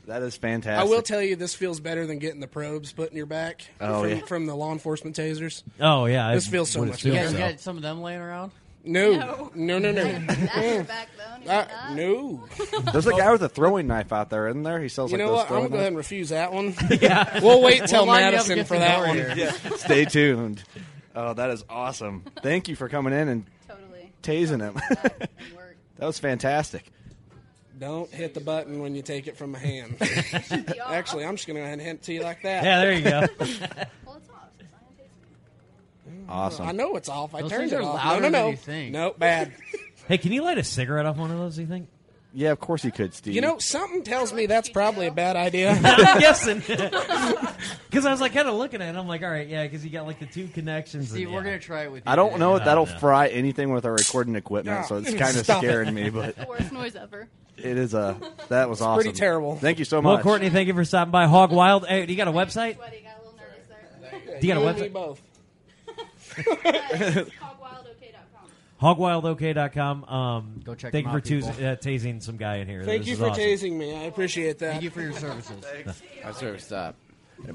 Speaker 1: That is fantastic.
Speaker 5: I will tell you, this feels better than getting the probes put in your back
Speaker 1: Oh,
Speaker 5: from,
Speaker 1: yeah.
Speaker 5: from the law enforcement tasers.
Speaker 11: Oh, yeah,
Speaker 5: this
Speaker 11: I
Speaker 5: feels so
Speaker 11: would
Speaker 5: much
Speaker 14: You
Speaker 5: better.
Speaker 14: guys got some of them laying around?
Speaker 5: No, no, no, no.
Speaker 7: Mm. Uh,
Speaker 5: no.
Speaker 1: There's a guy with a throwing knife out there, isn't there? He sells
Speaker 5: You
Speaker 1: like
Speaker 5: know
Speaker 1: those
Speaker 5: what? I'm
Speaker 1: throwing
Speaker 5: gonna go ahead and refuse that one.
Speaker 1: Yeah.
Speaker 5: we'll wait till
Speaker 1: We'll line you up
Speaker 5: Madison
Speaker 1: against
Speaker 5: for
Speaker 1: the
Speaker 5: that
Speaker 1: door
Speaker 5: one.
Speaker 1: here. knives. Stay tuned. Oh, that is awesome. Thank you for coming in and tasing him. that was fantastic.
Speaker 5: Don't hit the button when you take it from my hand. Actually, I'm just gonna go ahead and hand it to you like that.
Speaker 1: Yeah, there you go.
Speaker 7: Well, it's off. It's not
Speaker 1: Awesome.
Speaker 5: I know it's off. I
Speaker 14: Those
Speaker 5: turned
Speaker 14: things
Speaker 5: it
Speaker 14: are
Speaker 5: off.
Speaker 14: louder
Speaker 5: no, no, no.
Speaker 14: than you think.
Speaker 5: Nope, bad.
Speaker 11: Hey, can you light a cigarette off one of those? Do you think?
Speaker 1: Yeah, of course he could, Steve.
Speaker 5: You know, something tells me that's probably a bad idea.
Speaker 11: I'm guessing. Because I was like kind of looking at it. I'm like, all right, yeah, because you got like the two connections.
Speaker 14: Steve,
Speaker 11: and,
Speaker 14: we're
Speaker 11: yeah.
Speaker 14: gonna try it with you.
Speaker 1: I don't know if
Speaker 11: I
Speaker 1: that'll
Speaker 11: don't know.
Speaker 1: fry anything with our recording equipment,
Speaker 11: No,
Speaker 1: so it's kind of
Speaker 11: stop it.
Speaker 1: scaring me. But
Speaker 7: Worst noise ever.
Speaker 1: it is a that was awesome. Thank you so
Speaker 11: Well,
Speaker 1: much.
Speaker 11: Courtney, thank you for stopping by. Hog Wild. Hey, do you got a website? Do you got a
Speaker 5: and me
Speaker 11: website?
Speaker 5: both.
Speaker 11: Hogwildok.com. Um,
Speaker 14: Go check
Speaker 11: Thank
Speaker 14: them
Speaker 11: you
Speaker 14: out,
Speaker 11: for tos-
Speaker 14: people.
Speaker 11: uh, tasing some guy in here.
Speaker 5: Thank
Speaker 11: This
Speaker 5: you
Speaker 11: is
Speaker 5: for
Speaker 11: awesome.
Speaker 5: tasing me. I appreciate that. Thank
Speaker 14: you for your services.
Speaker 12: I swear, stop.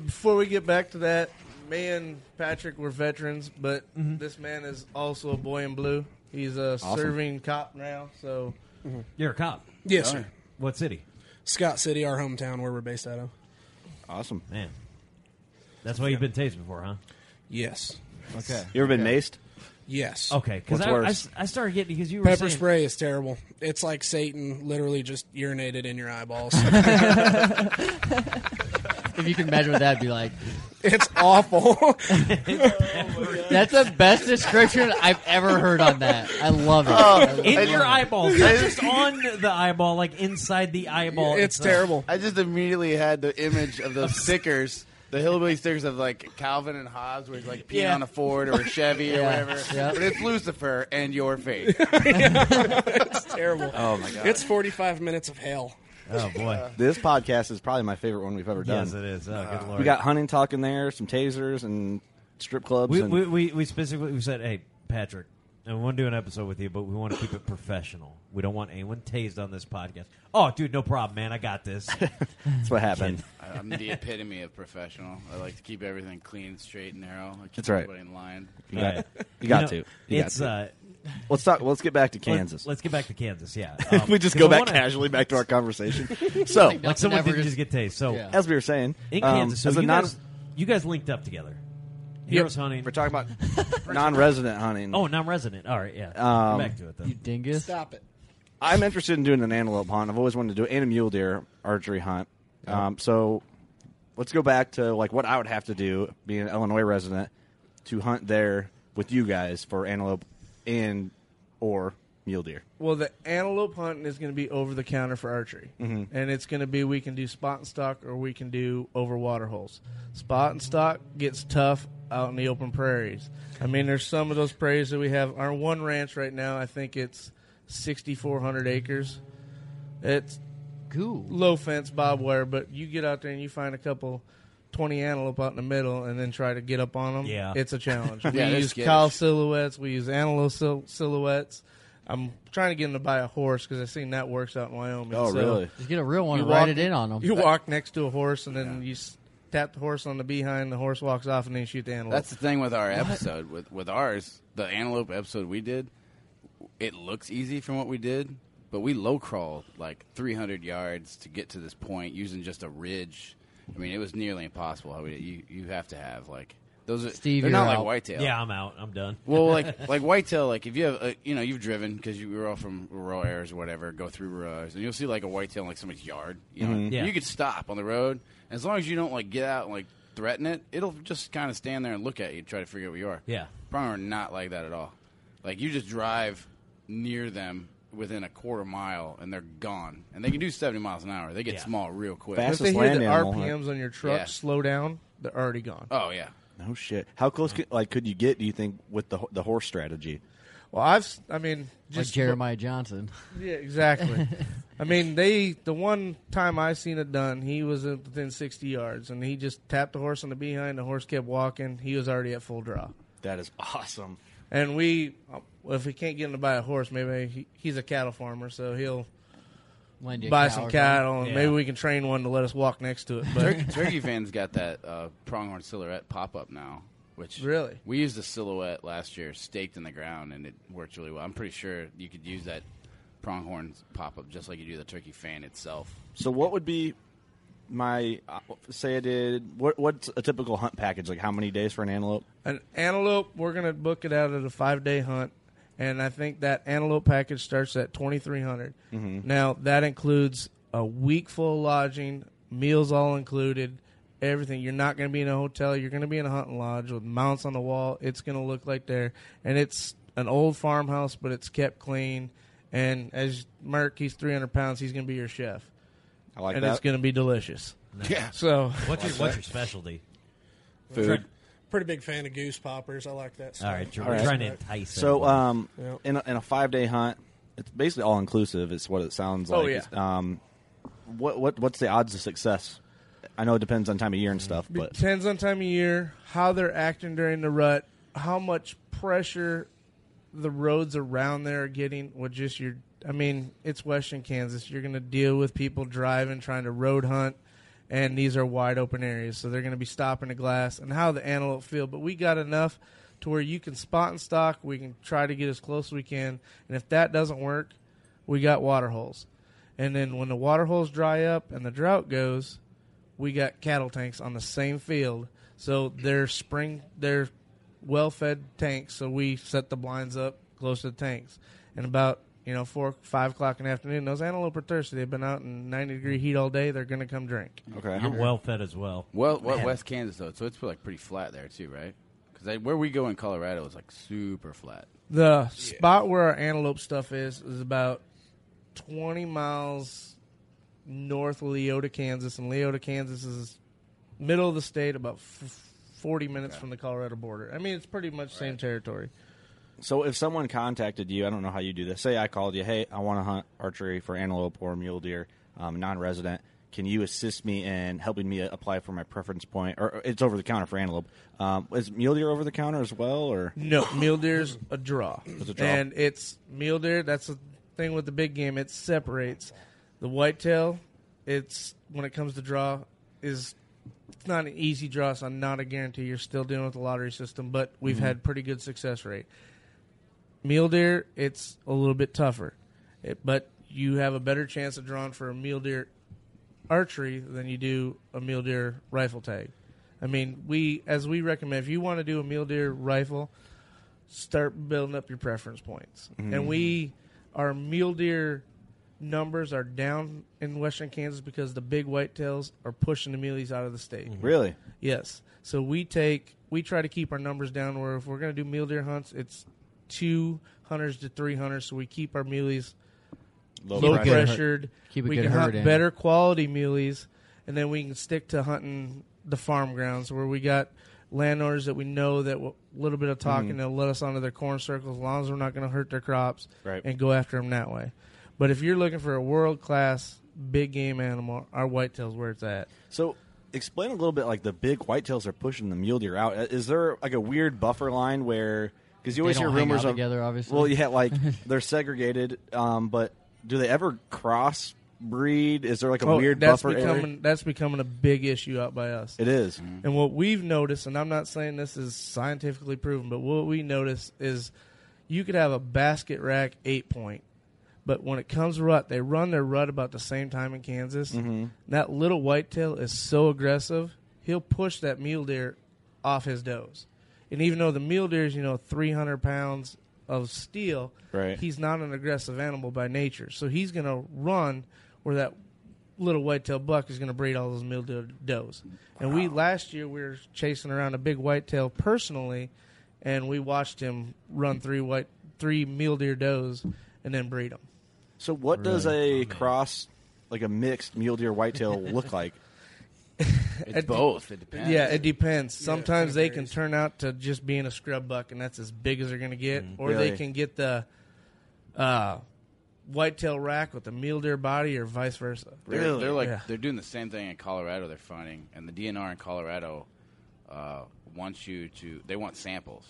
Speaker 13: Before we get back to that, me and Patrick were veterans, but
Speaker 14: Mm-hmm.
Speaker 13: this man is also a boy in blue. He's a
Speaker 11: Awesome.
Speaker 13: serving cop now, so
Speaker 11: You're a cop.
Speaker 5: Yes, sir.
Speaker 11: What city?
Speaker 5: Scott City, our hometown, where we're based out of.
Speaker 1: Awesome,
Speaker 11: man. That's why you've been tased before, huh?
Speaker 5: Yes.
Speaker 1: Okay. You ever been maced?
Speaker 5: Yes.
Speaker 11: Okay, because
Speaker 1: What's
Speaker 11: I, I
Speaker 1: worse?
Speaker 11: s- I started getting because you were
Speaker 5: Pepper
Speaker 11: saying-
Speaker 5: spray is terrible. It's like Satan literally just urinated in your eyeballs.
Speaker 14: If you can measure that, be like,
Speaker 5: it's awful.
Speaker 14: That's the best description I've ever heard on that. I love it. I love
Speaker 11: in
Speaker 14: it.
Speaker 11: your eyeballs, not just on the eyeball, like inside the eyeball. uh, itself.
Speaker 15: I just immediately had the image of those stickers, the hillbilly stickers of like Calvin and Hobbes, where he's like peeing
Speaker 14: Yeah.
Speaker 15: on a Ford or a Chevy or
Speaker 14: Yeah.
Speaker 15: whatever.
Speaker 14: Yeah.
Speaker 15: But it's Lucifer and your fate.
Speaker 5: it's terrible.
Speaker 1: Oh, my God.
Speaker 5: It's forty-five minutes of hell.
Speaker 11: Oh boy,
Speaker 1: this podcast is probably my favorite one we've ever done.
Speaker 11: Yes, it is. Oh, good lord.
Speaker 1: Uh, We got hunting talk in there, some tasers and strip clubs.
Speaker 11: We,
Speaker 1: and
Speaker 11: we, we, we specifically we said, hey, Patrick, and we want to do an episode with you, but we want to keep it professional. We don't want anyone tased on this podcast. Oh, dude, no problem, man. I got this. That's
Speaker 1: what happened.
Speaker 12: I- I'm the epitome of professional. I like to keep everything clean, straight, and narrow. I keep
Speaker 1: That's right.
Speaker 12: everybody in line.
Speaker 1: You got,
Speaker 11: Right.
Speaker 1: you got
Speaker 11: You know,
Speaker 1: to. You got
Speaker 11: it's,
Speaker 1: to.
Speaker 11: uh,
Speaker 1: let's talk. Let's get back to Kansas.
Speaker 11: Let's get back to Kansas. Yeah, Um,
Speaker 1: we just
Speaker 11: 'cause
Speaker 1: go
Speaker 11: I
Speaker 1: back
Speaker 11: wanna-
Speaker 1: casually back to our conversation. So,
Speaker 11: like, someone didn't just get tased. So
Speaker 1: as we were saying,
Speaker 11: in
Speaker 1: um,
Speaker 11: Kansas,
Speaker 1: as
Speaker 11: so
Speaker 1: a
Speaker 11: you,
Speaker 1: non-
Speaker 11: guys, you guys linked up together.
Speaker 1: Yep.
Speaker 11: Heroes hunting. We're
Speaker 1: talking about non-resident hunting.
Speaker 11: Oh, non-resident. All right, yeah.
Speaker 1: Um,
Speaker 11: back to it though.
Speaker 14: You dingus.
Speaker 5: Stop it.
Speaker 1: I'm interested in doing an antelope hunt. I've always wanted to do it, and a mule deer archery hunt. Um, so let's go back to like what I would have to do, being an Illinois resident, to hunt there with you guys for antelope and or mule deer.
Speaker 13: Well, the antelope hunting is going to be over the counter for archery,
Speaker 1: Mhm.
Speaker 13: and it's going to be we can do spot and stock or we can do over water holes. Spot and stock gets tough out in the open prairies. I mean, there's some of those prairies that we have. Our one ranch right now, I think it's 6,400 acres. It's low fence barbed wire, but you get out there and you find a couple. 20 antelope out in the middle and then try to get up on them.
Speaker 11: Yeah.
Speaker 13: It's a challenge.
Speaker 11: Yeah,
Speaker 13: we
Speaker 11: they're
Speaker 13: use
Speaker 11: skittish.
Speaker 13: cow silhouettes. We use antelope sil- silhouettes. I'm trying to get him to buy a horse because I seen that works out in Wyoming.
Speaker 1: Oh,
Speaker 13: So
Speaker 1: really?
Speaker 14: Just get a real one
Speaker 13: you
Speaker 14: and ride
Speaker 13: walk-
Speaker 14: it in on 'em.
Speaker 13: You walk next to a horse and then you s- tap the horse on the behind. The horse walks off and then you shoot the antelope.
Speaker 12: That's the thing with our
Speaker 13: What?
Speaker 12: episode. With with ours, the antelope episode we did, it looks easy from what we did, but we low crawled like 300 yards to get to this point using just a ridge. I mean, it was nearly impossible. How we did. You you have to have like those. Are,
Speaker 14: Steve,
Speaker 12: they're
Speaker 14: you're
Speaker 12: not like
Speaker 14: out.
Speaker 12: whitetail.
Speaker 11: Yeah, I'm out. I'm done.
Speaker 12: Well, like like whitetail, like if you have uh, you know you've driven because you were all from rural areas or whatever, go through rural areas, and you'll see like a whitetail in like somebody's yard. You know,
Speaker 11: Mhm. Yeah.
Speaker 12: you could stop on the road and as long as you don't like get out and like threaten it, it'll just kind of stand there and look at you, try to figure out where you are.
Speaker 11: Yeah.
Speaker 12: Prong are not like that at all. Like you just drive near them within a quarter mile and they're gone, and they can do seventy miles an hour. They get
Speaker 13: Yeah.
Speaker 12: small real quick.
Speaker 13: if they hear the RPMs on your truck
Speaker 12: Yeah.
Speaker 13: slow down, they're already gone.
Speaker 12: Oh yeah.
Speaker 1: No shit. How close could, like could you get? Do you think with the ho- the horse strategy?
Speaker 13: Well, I've s- I mean just
Speaker 14: like Jeremiah Johnson.
Speaker 13: Yeah, exactly. I mean, they the one time I seen it done, he was uh, within sixty yards, and he just tapped the horse on the behind. The horse kept walking. He was already at full draw.
Speaker 1: That is awesome.
Speaker 13: And we, well, if we can't get him to buy a horse, maybe he, he's a cattle farmer, so he'll
Speaker 14: Lend you a
Speaker 13: buy
Speaker 14: cow
Speaker 13: some
Speaker 14: or
Speaker 13: cattle,
Speaker 14: something.
Speaker 13: and
Speaker 14: Yeah.
Speaker 13: maybe we can train one to let us walk next to it.
Speaker 12: Turkey,
Speaker 13: But
Speaker 12: Turkey Van's got that uh, pronghorn silhouette pop up now, which
Speaker 13: Really?
Speaker 12: we used the silhouette last year, staked in the ground, and it worked really well. I'm pretty sure you could use that pronghorn pop up just like you do the turkey fan itself.
Speaker 1: So what would be my uh, say I did what what's a typical hunt package like how many days for an antelope?
Speaker 13: an antelope, we're gonna book it out at a five day hunt, and I think that antelope package starts at twenty three hundred.
Speaker 1: Mhm.
Speaker 13: Now that includes a week full of lodging, meals all included, everything. You're not going to be in a hotel. You're going to be in a hunting lodge with mounts on the wall. It's going to look like there, and it's an old farmhouse, but it's kept clean. And as Merc, he's 300 pounds. He's going to be your chef.
Speaker 1: I like
Speaker 13: and
Speaker 1: that.
Speaker 13: it's going to be delicious.
Speaker 1: Yeah.
Speaker 13: So
Speaker 11: What's your what's your specialty?
Speaker 1: Food.
Speaker 5: Pretty big fan of goose poppers. I like that. Stuff.
Speaker 11: All right, Drew,
Speaker 1: All right. So, um, in a, in a five day hunt, it's basically all inclusive. It's what it sounds
Speaker 5: Oh,
Speaker 1: like. It's, Um, what what what's the odds of success? I know it depends on time of year and stuff, but
Speaker 13: Depends on time of year, how they're acting during the rut, how much pressure the roads around there are getting with just your. I mean, it's Western Kansas. You're going to deal with people driving, trying to road hunt, and these are wide open areas. So they're going to be stopping to glass and how the antelope feel. But we got enough to where you can spot and stock. We can try to get as close as we can. And if that doesn't work, we got water holes. And then when the water holes dry up and the drought goes, we got cattle tanks on the same field. So they're spring, they're well fed tanks. So we set the blinds up close to the tanks. And about, you know, four, five o'clock in the afternoon, those antelope are thirsty. They've been out in 90 degree heat all day. They're going to come drink.
Speaker 1: um,
Speaker 11: I'm well fed as well.
Speaker 12: Well, well
Speaker 11: Man.
Speaker 12: West Kansas though, so it's like pretty flat there too, right? Because where we go in Colorado is like super flat.
Speaker 13: The spot where our antelope stuff is is about 20 miles north of Leota, Kansas, and Leota, Kansas is middle of the state, about f- 40 minutes from the Colorado border. I mean, it's pretty much same territory.
Speaker 1: so if someone contacted you, I don't know how you do this. Say I called you, hey, I want to hunt archery for antelope or mule deer, um, non-resident. Can you assist me in helping me apply for my preference point? Or or it's over the counter for antelope. Um, is mule deer over the counter as well, or
Speaker 13: No, mule deer's a draw.
Speaker 1: It's a draw.
Speaker 13: And it's mule deer. That's the thing with the big game. It separates the whitetail. It's when it comes to draw is it's not an easy draw. So I'm not a guarantee. You're still dealing with the lottery system, but we've
Speaker 1: Mm-hmm.
Speaker 14: Mhm.
Speaker 13: had pretty good success rate. Mule deer, it's a little bit tougher, it, but you have a better chance of drawing for a mule deer archery than you do a mule deer rifle tag. I mean, we as we recommend if you want to do a mule deer rifle, start building up your preference points.
Speaker 14: Mhm.
Speaker 13: And we our mule deer numbers are down in western Kansas because the big whitetails are pushing the muleys out of the state.
Speaker 1: Really?
Speaker 13: Yes. So we take we try to keep our numbers down where if we're going to do mule deer hunts, it's two hunters to three hunters so we keep our muleys
Speaker 14: Low
Speaker 13: low,
Speaker 14: pressure.
Speaker 13: pressured.
Speaker 14: Keep a
Speaker 13: we
Speaker 14: good
Speaker 13: can
Speaker 14: herd
Speaker 13: hunt
Speaker 14: in.
Speaker 13: better quality muleys, and then we can stick to hunting the farm grounds where we got landowners that we know that a little bit of talking
Speaker 14: Mhm.
Speaker 13: they'll let us onto their corn circles as long as we're not going to hurt their crops
Speaker 14: Right.
Speaker 13: and go after them that way. But if you're looking for a world class big game animal, our whitetails where it's at.
Speaker 1: So explain a little bit like the big whitetails are pushing the mule deer out. Is there like a weird buffer line where because you
Speaker 14: They
Speaker 1: always
Speaker 14: don't
Speaker 1: hear
Speaker 14: hang
Speaker 1: rumors
Speaker 14: out
Speaker 1: of
Speaker 14: together, obviously.
Speaker 1: Well, yeah, like they're segregated, um, but do they ever cross breed? Is there like a
Speaker 13: Oh,
Speaker 1: weird
Speaker 13: that's
Speaker 1: buffer
Speaker 13: becoming
Speaker 1: area?
Speaker 13: that's becoming a big issue out by us.
Speaker 1: It is. Mhm.
Speaker 13: and what we've noticed, and I'm not saying this is scientifically proven, but what we notice is you could have a basket rack eight point, but when it comes to rut, they run their rut about the same time in Kansas.
Speaker 1: Mhm.
Speaker 13: That little whitetail is so aggressive, he'll push that mule deer off his does, and even though the mule deer is you know 300 pounds of steel,
Speaker 1: Right.
Speaker 13: he's not an aggressive animal by nature, so he's going to run where that little whitetail buck is going to breed all those mule deer does. And we last year we were chasing around a big whitetail personally, and we watched him run three white three mule deer does and then breed them.
Speaker 1: So what does a cross like a mixed mule deer whitetail look like?
Speaker 12: It's both. It depends.
Speaker 13: Yeah, it depends.
Speaker 12: Yeah, it kinda
Speaker 13: Sometimes they can turn out to just being a scrub buck, and that's as big as they're going to get. Or
Speaker 1: Mm-hmm. Really?
Speaker 13: they can get the uh, whitetail rack with the mule deer body, or vice versa.
Speaker 12: They're, they're like
Speaker 13: Yeah.
Speaker 12: they're doing the same thing in Colorado. They're finding, and the DNR in Colorado uh, wants you to. They want samples.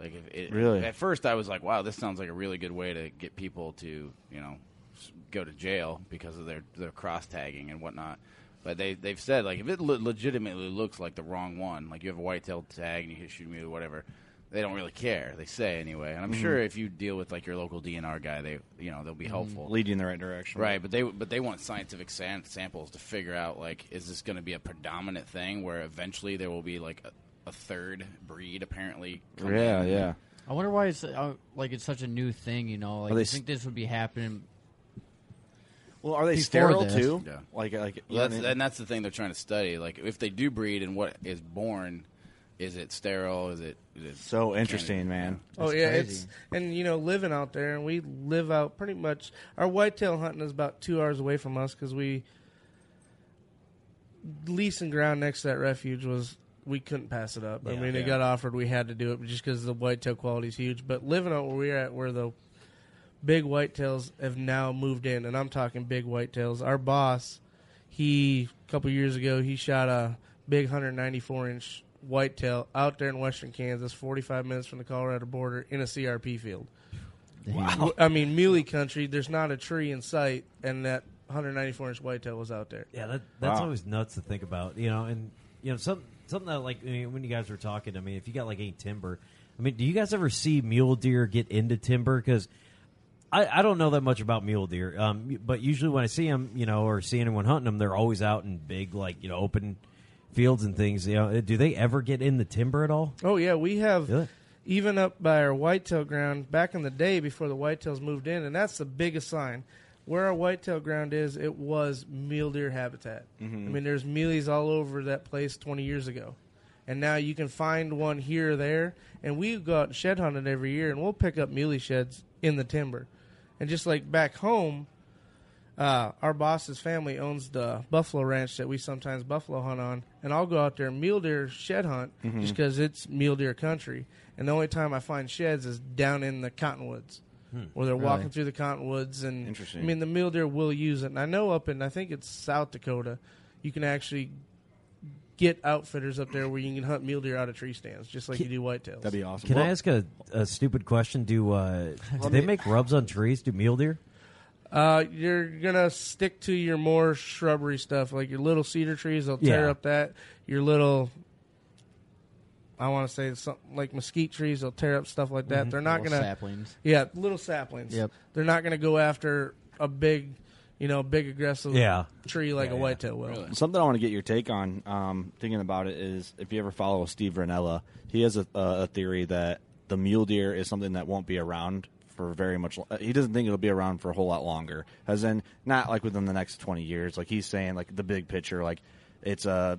Speaker 12: Like if it,
Speaker 1: Really?
Speaker 12: At first, I was like, "Wow, this sounds like a really good way to get people to you know s- go to jail because of their their cross tagging and whatnot." But they they've said like if it le- legitimately looks like the wrong one, like you have a whitetail tag and you hit shoot me or whatever, they don't really care. They say anyway, and I'm
Speaker 1: Mhm.
Speaker 12: sure if you deal with like your local DNR guy, they you know they'll be helpful.
Speaker 1: Lead you in the right direction.
Speaker 12: Right, but they but they want scientific sam- samples to figure out like is this going to be a predominant thing where eventually there will be like a, a third breed apparently. come
Speaker 1: Yeah,
Speaker 12: in.
Speaker 1: yeah.
Speaker 14: I wonder why it's uh, like it's such a new thing. You know, like
Speaker 1: Are
Speaker 14: I
Speaker 1: they
Speaker 14: think this would be happening.
Speaker 1: Well, are they
Speaker 14: before
Speaker 1: sterile
Speaker 14: this.
Speaker 1: too?
Speaker 12: Yeah.
Speaker 1: Like like
Speaker 12: Well,
Speaker 1: you know what I
Speaker 12: that's,
Speaker 1: mean?
Speaker 12: and that's the thing they're trying to study. Like if they do breed and what is born, Is it sterile? Is it? Is it
Speaker 1: So interesting, man.
Speaker 13: Oh yeah, it's and you know living out there, and we live out pretty much. Our whitetail hunting is about two hours away from us because we leasing ground next to that refuge was we couldn't pass it up. I
Speaker 11: Yeah.
Speaker 13: mean,
Speaker 11: Yeah.
Speaker 13: it got offered, we had to do it just because the whitetail quality is huge. But living out where we're at, where the big whitetails have now moved in, and I'm talking big whitetails. Our boss, he a couple years ago, he shot a big 194 inch whitetail out there in western Kansas, 45 minutes from the Colorado border, in a CRP field.
Speaker 11: Wow.
Speaker 13: I mean, muley country. There's not a tree in sight, and that 194 inch whitetail was out there.
Speaker 11: Yeah, that, that's always nuts to think about, you know. And you know, some something that like I mean, when you guys were talking, I mean, if you got like eight timber, I mean, do you guys ever see mule deer get into timber? Because I, I don't know that much about mule deer, um, but usually when I see them, you know, or see anyone hunting them, they're always out in big, like you know, open fields and things. You know, Uh, do they ever get in the timber at all?
Speaker 13: Oh yeah, we have even up by our whitetail ground back in the day before the whitetails moved in, and that's the biggest sign. Where our whitetail ground is, it was mule deer habitat.
Speaker 11: Mhm.
Speaker 13: I mean, there's muleys all over that place 20 years ago, and now you can find one here or there. And we go out and shed hunting every year, and we'll pick up muley sheds in the timber. And just like back home, uh, our boss's family owns the buffalo ranch that we sometimes buffalo hunt on, and I'll go out there and mule deer shed hunt just 'cause
Speaker 1: Mhm.
Speaker 13: just because it's mule deer country. And the only time I find sheds is down in the cottonwoods,
Speaker 1: Hmm.
Speaker 13: where they're
Speaker 1: Really?
Speaker 13: walking through the cottonwoods. And
Speaker 1: Interesting.
Speaker 13: I mean, the mule deer will use it. And I know up in I think it's South Dakota, you can actually get outfitters up there where you can hunt mule deer out of tree stands, just like you do whitetails.
Speaker 11: Can I ask a, a stupid question? Do uh, do
Speaker 13: Let
Speaker 11: they
Speaker 13: me-
Speaker 11: make rubs on trees? Do mule deer?
Speaker 13: Uh, you're gonna stick to your more shrubbery stuff, like your little cedar trees. They'll tear
Speaker 11: Yeah.
Speaker 13: up that. Your little, I want to say it's something like mesquite trees. They'll tear up stuff like that.
Speaker 14: Mhm.
Speaker 13: They're not
Speaker 14: Little
Speaker 13: gonna
Speaker 14: saplings.
Speaker 13: Yeah, little saplings.
Speaker 14: Yep.
Speaker 13: They're not gonna go after a big, you know, big aggressive
Speaker 1: Yeah.
Speaker 13: tree like a whitetail will.
Speaker 1: Something I want to get your take on, um, thinking about it, is if you ever follow Steve Ranella, he has a, a, a theory that the mule deer is something that won't be around for very much. lo- uh, He doesn't think it'll be around for a whole lot longer, as in not like within the next twenty years. Like he's saying, like the big picture, like it's a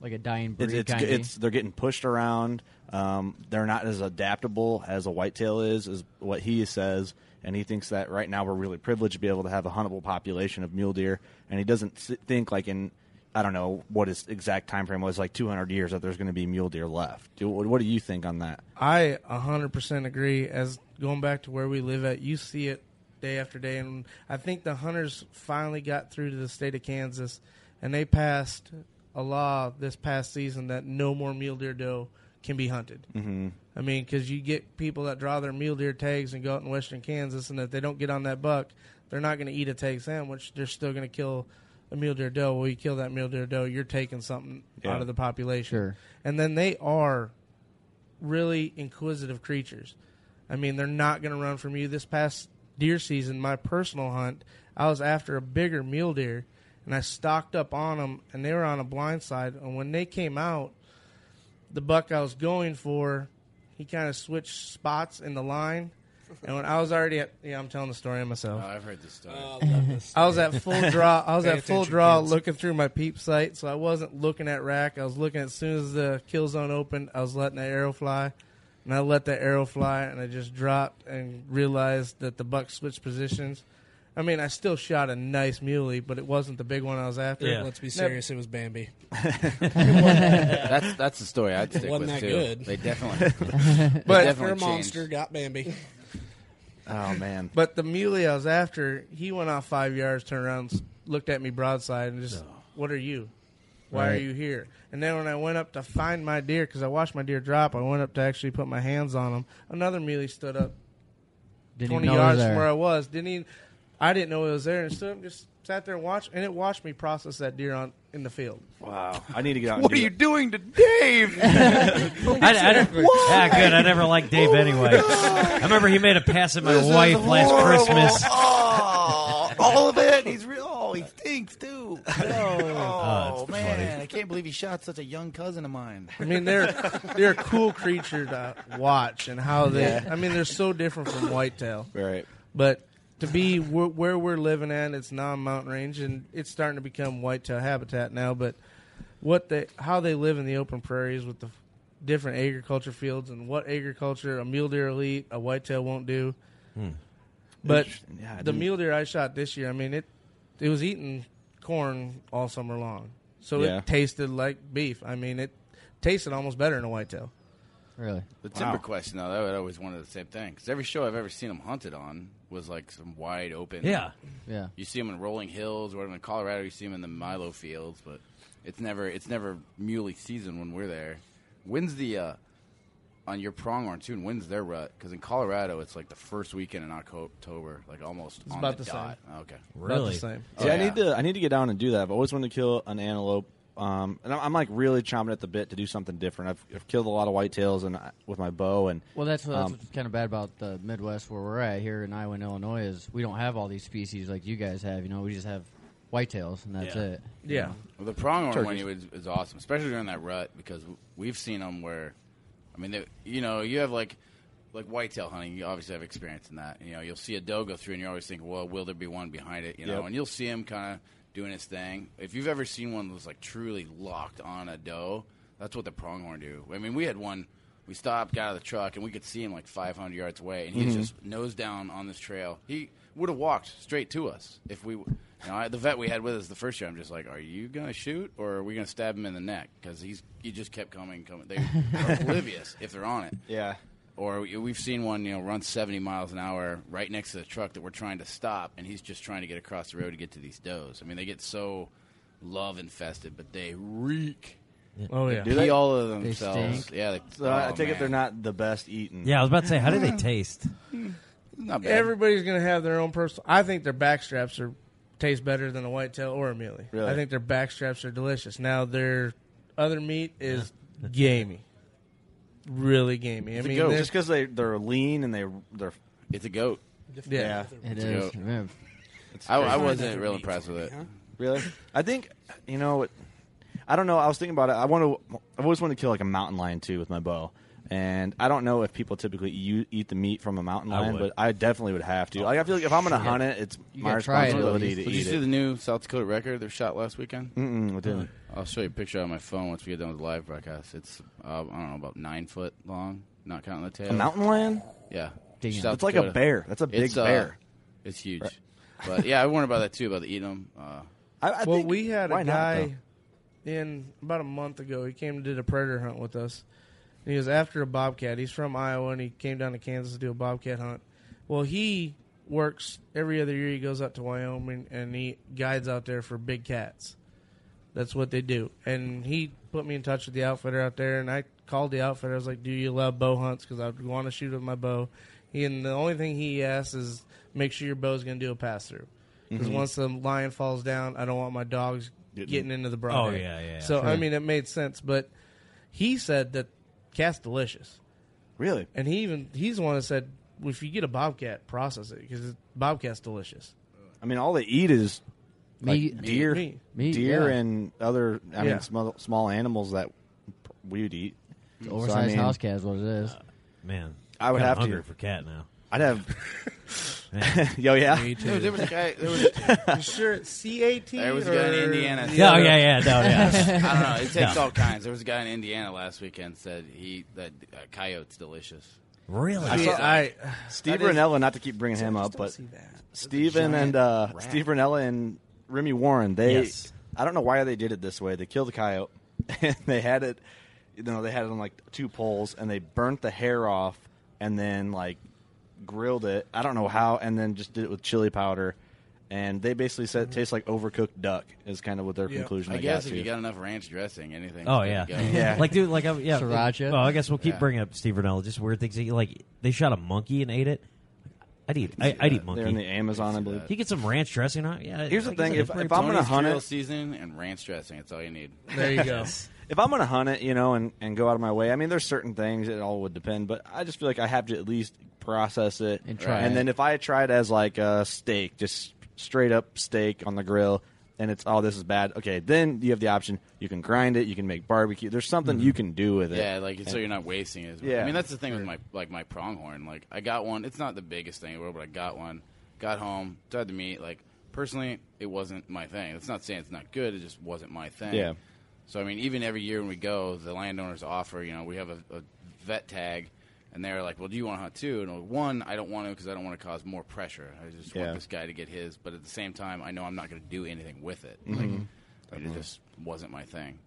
Speaker 14: Like a dying breed,
Speaker 1: It's, it's,
Speaker 14: kinda.
Speaker 1: it's they're getting pushed around. Um, they're not as adaptable as a whitetail is, is what he says, and he thinks that right now we're really privileged to be able to have a huntable population of mule deer, and he doesn't s- think like in I don't know what his exact time frame was, like 200 years that there's going to be mule deer left. Do- What what do you think on that?
Speaker 13: I 100% agree. As going back to where we live at, you see it day after day. And I think the hunters finally got through to the state of Kansas and they passed a law this past season that no more mule deer doe can be hunted.
Speaker 1: Mhm.
Speaker 13: I mean, because you get people that draw their mule deer tags and go out in western Kansas, and if they don't get on that buck, they're not going to eat a tag sandwich. They're still going to kill a mule deer doe. Well, you kill that mule deer doe, you're taking something
Speaker 14: Yeah.
Speaker 13: out of the population.
Speaker 14: Sure.
Speaker 13: And then they are really inquisitive creatures. I mean, they're not going to run from you. This past deer season, my personal hunt, I was after a bigger mule deer, and I stocked up on them, and they were on a blind side. And when they came out, the buck I was going for, he kind of switched spots in the line. And when I was already at, yeah, I'm telling the story myself.
Speaker 12: Oh, I've heard this story.
Speaker 5: Uh,
Speaker 13: I was at full draw. I was
Speaker 12: Pay
Speaker 13: at full
Speaker 12: attention,
Speaker 13: draw,
Speaker 12: kids.
Speaker 13: looking through my peep sight, so I wasn't looking at rack. I was looking as soon as the kill zone opened. I was letting that arrow fly, and I let that arrow fly, and I just dropped and realized that the buck switched positions. I mean, I still shot a nice muley, but it wasn't the big one I was after.
Speaker 5: Let's be
Speaker 13: Nev-
Speaker 5: serious. It was Bambi.
Speaker 12: That's- that's the story I'd stick
Speaker 5: it wasn't
Speaker 12: with,
Speaker 5: that
Speaker 12: too.
Speaker 5: good.
Speaker 12: They definitely- they
Speaker 5: but
Speaker 12: But-
Speaker 5: after
Speaker 12: definitely
Speaker 5: a
Speaker 12: changed.
Speaker 5: monster got Bambi.
Speaker 1: Oh man!
Speaker 13: But the muley I was after, he went off five yards, turned around, s- looked at me broadside, and
Speaker 14: Oh.
Speaker 13: just, "What are you? Why are
Speaker 11: Right.
Speaker 13: you here?" And then when I went up to find my deer, because I watched my deer drop, I went up to actually put my hands on him. Another muley stood up,
Speaker 14: Didn't
Speaker 13: twenty
Speaker 14: even know it was
Speaker 13: yards from
Speaker 14: there.
Speaker 13: where I was. Didn't even, I didn't know it was there, and stood up, just sat there and watched, and it watched me process that deer on in the field.
Speaker 1: Wow, I need to get out. and
Speaker 13: What
Speaker 1: do
Speaker 13: are you
Speaker 1: that.
Speaker 13: doing to Dave? I- I don't- Why? Oh
Speaker 11: Ah, good. I never liked Dave anyway. I remember he made a pass at my
Speaker 13: This is
Speaker 11: wife last
Speaker 13: horrible.
Speaker 11: Christmas.
Speaker 15: Oh, all of it. He's real. Oh, he stinks too. Uh,
Speaker 11: Oh,
Speaker 15: Oh,
Speaker 11: it's
Speaker 15: man,
Speaker 11: funny.
Speaker 15: I can't believe he shot such a young cousin of mine.
Speaker 13: I mean, they're they're a cool creature to watch and how they.
Speaker 15: Yeah.
Speaker 13: I mean, they're so different from whitetail.
Speaker 1: Right.
Speaker 13: But to be where, where we're living at, it's non-mountain range, and it's starting to become whitetail habitat now. But what they how they live in the open prairies with the different agriculture fields and what agriculture a mule deer will eat, a whitetail won't do.
Speaker 2: Hmm.
Speaker 13: But
Speaker 2: Interesting. Yeah, I
Speaker 13: the
Speaker 2: didn't-
Speaker 13: mule deer I shot this year, I mean it, it was eating corn all summer long, so
Speaker 12: Yeah.
Speaker 13: it tasted like beef. I mean it tasted almost better than a whitetail.
Speaker 14: Really,
Speaker 12: The timber
Speaker 13: Wow.
Speaker 12: question, though, that was always one of the same thing. Because every show I've ever seen them hunted on was like some wide open.
Speaker 11: Yeah. Yeah.
Speaker 12: You see them in rolling hills, or whatever. In Colorado, you see them in the Milo fields, but it's never it's never muley season when we're there. When's the uh, on your pronghorn too? And when's their rut? Because in Colorado, it's like the first weekend in Oco- October, like almost
Speaker 13: It's
Speaker 12: on
Speaker 13: about
Speaker 12: the,
Speaker 13: the
Speaker 12: dot.
Speaker 13: same.
Speaker 12: Okay,
Speaker 13: About the Really? same.
Speaker 12: Oh,
Speaker 1: See, I
Speaker 12: yeah.
Speaker 1: need to I need to get down and do that. I've always wanted to kill an antelope, um, and I'm, I'm like really chomping at the bit to do something different. I've, I've killed a lot of whitetails and I- with my bow, and
Speaker 14: Well, that's, what- that's
Speaker 1: um,
Speaker 14: what's kind of bad about the Midwest where we're at here in Iowa and Illinois is we don't have all these species like you guys have. You know, we just have whitetails and that's
Speaker 12: Yeah.
Speaker 14: it. You
Speaker 12: Well, the pronghorn
Speaker 14: Turkeys.
Speaker 12: one it was, is awesome, especially during that rut because w- we've seen them where, I mean, they, you know, you have like like whitetail hunting. You obviously have experience in that. You know, you'll see a doe go through, and you're always thinking, well, will there be one behind it? You know,
Speaker 1: Yep.
Speaker 12: and you'll see him kind of doing his thing. If you've ever seen one that's like truly locked on a doe, that's what the pronghorn do. I mean, we had one. We stopped, got out of the truck, and we could see him like 500 yards away, and he's
Speaker 1: Mhm.
Speaker 12: just nose down on this trail. He would have walked straight to us if we. You know, I, the vet we had with us the first year, I'm just like, are you gonna shoot or are we gonna stab him in the neck? Because he's he just kept coming, coming. They are oblivious if they're on it.
Speaker 1: Yeah.
Speaker 12: Or we- we've seen one, you know, run 70 miles an hour right next to the truck that we're trying to stop, and he's just trying to get across the road to get to these does. I mean, they get so love infested, but they reek.
Speaker 13: Oh, yeah.
Speaker 12: they
Speaker 13: Do they?
Speaker 12: pee all of
Speaker 13: They
Speaker 12: themselves.
Speaker 13: stink.
Speaker 12: yeah, they,
Speaker 1: so I I
Speaker 12: oh,
Speaker 1: take it
Speaker 12: man.
Speaker 1: they're not the best eaten.
Speaker 11: Yeah, I was about to say, how do they taste?
Speaker 12: Not bad.
Speaker 13: Everybody's gonna have their own personal. I think their backstraps are taste better than a whitetail or a muley.
Speaker 1: Really?
Speaker 13: I think their backstraps are delicious. Now their other meat is gamey, really gamey. I
Speaker 1: It's a
Speaker 13: mean,
Speaker 1: goat.
Speaker 13: they're-
Speaker 1: just because they they're lean and they they're
Speaker 12: it's a goat.
Speaker 13: Yeah.
Speaker 14: It
Speaker 1: It's a
Speaker 14: is.
Speaker 1: goat.
Speaker 14: Man.
Speaker 1: It's
Speaker 12: I- I
Speaker 1: crazy.
Speaker 12: wasn't real impressed with it.
Speaker 1: Really, I think you know. It, I don't know. I was thinking about it. I want to. I've always wanted to kill like a mountain lion too with my bow, and I don't know if people typically you eat the meat from a mountain
Speaker 12: I
Speaker 1: lion,
Speaker 12: would.
Speaker 1: but I definitely would have to. like I feel like if I'm going to hunt it, it's my responsibility to
Speaker 12: Did you
Speaker 1: eat
Speaker 12: see
Speaker 1: it.
Speaker 12: the new South Dakota record they shot last weekend?
Speaker 1: Mm-mm, it didn't.
Speaker 12: I'll show you a picture on my phone once we get done with the live broadcast. It's uh, I don't know about nine foot long, not counting the tail.
Speaker 1: A mountain lion?
Speaker 12: Yeah,
Speaker 1: Damn.
Speaker 12: South
Speaker 1: That's like a
Speaker 12: Dakota.
Speaker 1: bear. That's a big
Speaker 12: It's, uh,
Speaker 1: bear.
Speaker 12: it's huge.
Speaker 1: Right.
Speaker 12: But yeah, I wonder about that too about the eating them. Uh,
Speaker 13: well, we had
Speaker 1: why
Speaker 13: a
Speaker 1: not,
Speaker 13: guy in about a month ago. He came and did a predator hunt with us. And he was after a bobcat. He's from Iowa and he came down to Kansas to do a bobcat hunt. Well, he works every other year. He goes out to Wyoming and he guides out there for big cats. That's what they do. And he put me in touch with the outfitter out there, and I called the outfitter. I was like, "Do you allow bow hunts? Because I want to shoot with my bow." He, and the only thing he asks is, "Make sure your bow's going to do a pass through." Because
Speaker 11: Mhm.
Speaker 13: once the lion falls down, I don't want my dogs
Speaker 11: Getting-
Speaker 13: getting into the broad.
Speaker 11: Oh,
Speaker 13: hay.
Speaker 11: yeah, yeah,
Speaker 13: So
Speaker 11: sure.
Speaker 13: I mean, it made sense. But he said that cat's delicious.
Speaker 1: Really?
Speaker 13: And he even he's the one that said, well, "If you get a bobcat, process it because bobcat's delicious."
Speaker 1: I mean, all they eat is like,
Speaker 13: Meat.
Speaker 1: deer,
Speaker 13: Meat. Meat,
Speaker 1: deer,
Speaker 13: yeah.
Speaker 1: and other. I
Speaker 13: Yeah.
Speaker 1: mean, small, small animals that we would eat. So, I
Speaker 14: Oversized
Speaker 1: mean,
Speaker 14: house cat is what it is.
Speaker 11: Uh, man,
Speaker 1: I would
Speaker 11: kinda
Speaker 1: have
Speaker 11: hungry
Speaker 1: to
Speaker 11: for cat now.
Speaker 1: I'd have. Yo, yeah.
Speaker 11: Me
Speaker 12: too. There was a guy. There was,
Speaker 13: You sure it's C A T?
Speaker 12: There was a guy in Indiana.
Speaker 11: Yeah, oh, yeah, yeah, no, yeah.
Speaker 12: I don't know. It takes
Speaker 11: No.
Speaker 12: all kinds. There was a guy in Indiana last weekend said he that uh, coyote's delicious.
Speaker 11: Really?
Speaker 1: I
Speaker 12: See,
Speaker 1: saw,
Speaker 12: I-
Speaker 1: Steve
Speaker 12: that is-
Speaker 1: Ranella, not to keep bringing him up, but Steven and uh,
Speaker 12: rat.
Speaker 1: Steve Ranella and Remy Warren, they,
Speaker 11: Yes.
Speaker 1: I don't know why they did it this way. They killed the coyote, and they had it, you know, they had it on like two poles, and they burnt the hair off, and then like grilled it. I don't know how, and then just did it with chili powder. And they basically said it tastes like overcooked duck is kind of what their conclusion.
Speaker 12: Mm-hmm.
Speaker 1: they
Speaker 12: I guess
Speaker 1: got
Speaker 12: if
Speaker 1: to.
Speaker 12: you got enough ranch dressing, anything.
Speaker 11: Oh yeah, like dude, like I, yeah, Well, I guess we'll keep bringing up Steve Rinella. Just weird things. that you- Like they shot a monkey and ate it. I'd eat. I, I'd eat monkey.
Speaker 1: They're in the Amazon, I believe.
Speaker 11: You get some ranch dressing on. it, Yeah.
Speaker 1: Here's the
Speaker 11: like you
Speaker 1: thing:
Speaker 11: said,
Speaker 1: if,
Speaker 11: it's pretty
Speaker 1: if I'm going to
Speaker 12: Tony's
Speaker 1: hunt
Speaker 12: drill
Speaker 1: it,
Speaker 12: season and ranch dressing. That's all you need.
Speaker 1: if I'm going to hunt it, you know, and, and go out of my way, I mean, there's certain things it all would depend, but I just feel like I have to at least process it and
Speaker 14: try
Speaker 1: And
Speaker 14: it.
Speaker 1: then if I try it as like a steak, just straight up steak on the grill, and it's oh this is bad. Okay, then you have the option. You can grind it. You can make barbecue. There's something you can do with it.
Speaker 12: Yeah, like so
Speaker 1: And-
Speaker 12: you're not wasting it. Yeah.
Speaker 1: Yeah.
Speaker 12: I mean, that's the thing with my like my pronghorn. Like I got one. It's not the biggest thing in the world, but I got one. Got home, tried the meat. Like personally, it wasn't my thing. It's not saying it's not good. It just wasn't my thing.
Speaker 1: Yeah.
Speaker 12: So I mean, even every year when we go, the landowners offer. You know, we have a, a vet tag, and they're like, "Well, do you want to hunt too?" And I'm like, one, I don't want to because I don't want to cause more pressure. I just
Speaker 1: Yeah.
Speaker 12: want this guy to get his. But at the same time, I know I'm not going to do anything with it.
Speaker 1: Mm-hmm.
Speaker 13: Mhm.
Speaker 12: Like, it just wasn't my thing.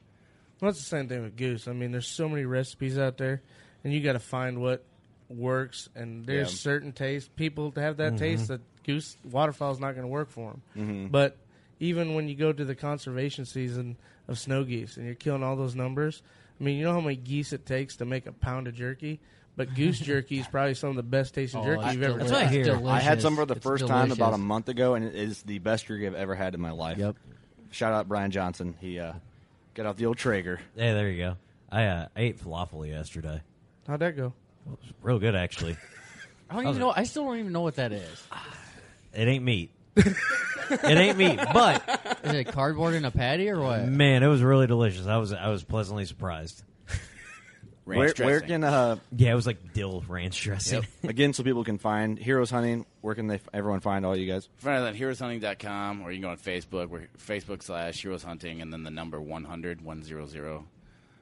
Speaker 13: Well, it's the same thing with goose. I mean, there's so many recipes out there, and you got to find what works. And there's
Speaker 1: Yeah.
Speaker 13: certain taste people to have that
Speaker 1: Mhm.
Speaker 13: taste that goose waterfowl's not going to work for them.
Speaker 1: Mhm.
Speaker 13: But even when you go to the conservation season of snow geese and you're killing all those numbers, I mean, you know how many geese it takes to make a pound of jerky. But goose jerky is probably some of the best tasting
Speaker 14: Oh,
Speaker 13: jerky
Speaker 14: it's
Speaker 13: you've ever.
Speaker 14: That's what I hear.
Speaker 1: I had some for the
Speaker 13: It's
Speaker 1: first time about a
Speaker 13: delicious.
Speaker 1: month ago, and it is the best jerky I've ever had in my life. Yep. Shout out Brian Johnson. He uh, got out the old Traeger.
Speaker 11: Hey, there you go. I uh, ate falafel yesterday.
Speaker 13: How'd that go?
Speaker 11: Real good, actually.
Speaker 14: I don't even know. I still don't even know what that is.
Speaker 11: It ain't meat. it ain't meat, but
Speaker 14: is it cardboard in a patty or what?
Speaker 11: man, it was really delicious. I was I was pleasantly surprised.
Speaker 1: Where, where can uh,
Speaker 11: yeah, it was like dill ranch dressing.
Speaker 1: again so people can find Heroes Hunting? Where can they everyone find all you guys?
Speaker 12: Find out at heroeshunting.com or you can go on Facebook. We're Facebook slash heroes hunting and then the number 100 100.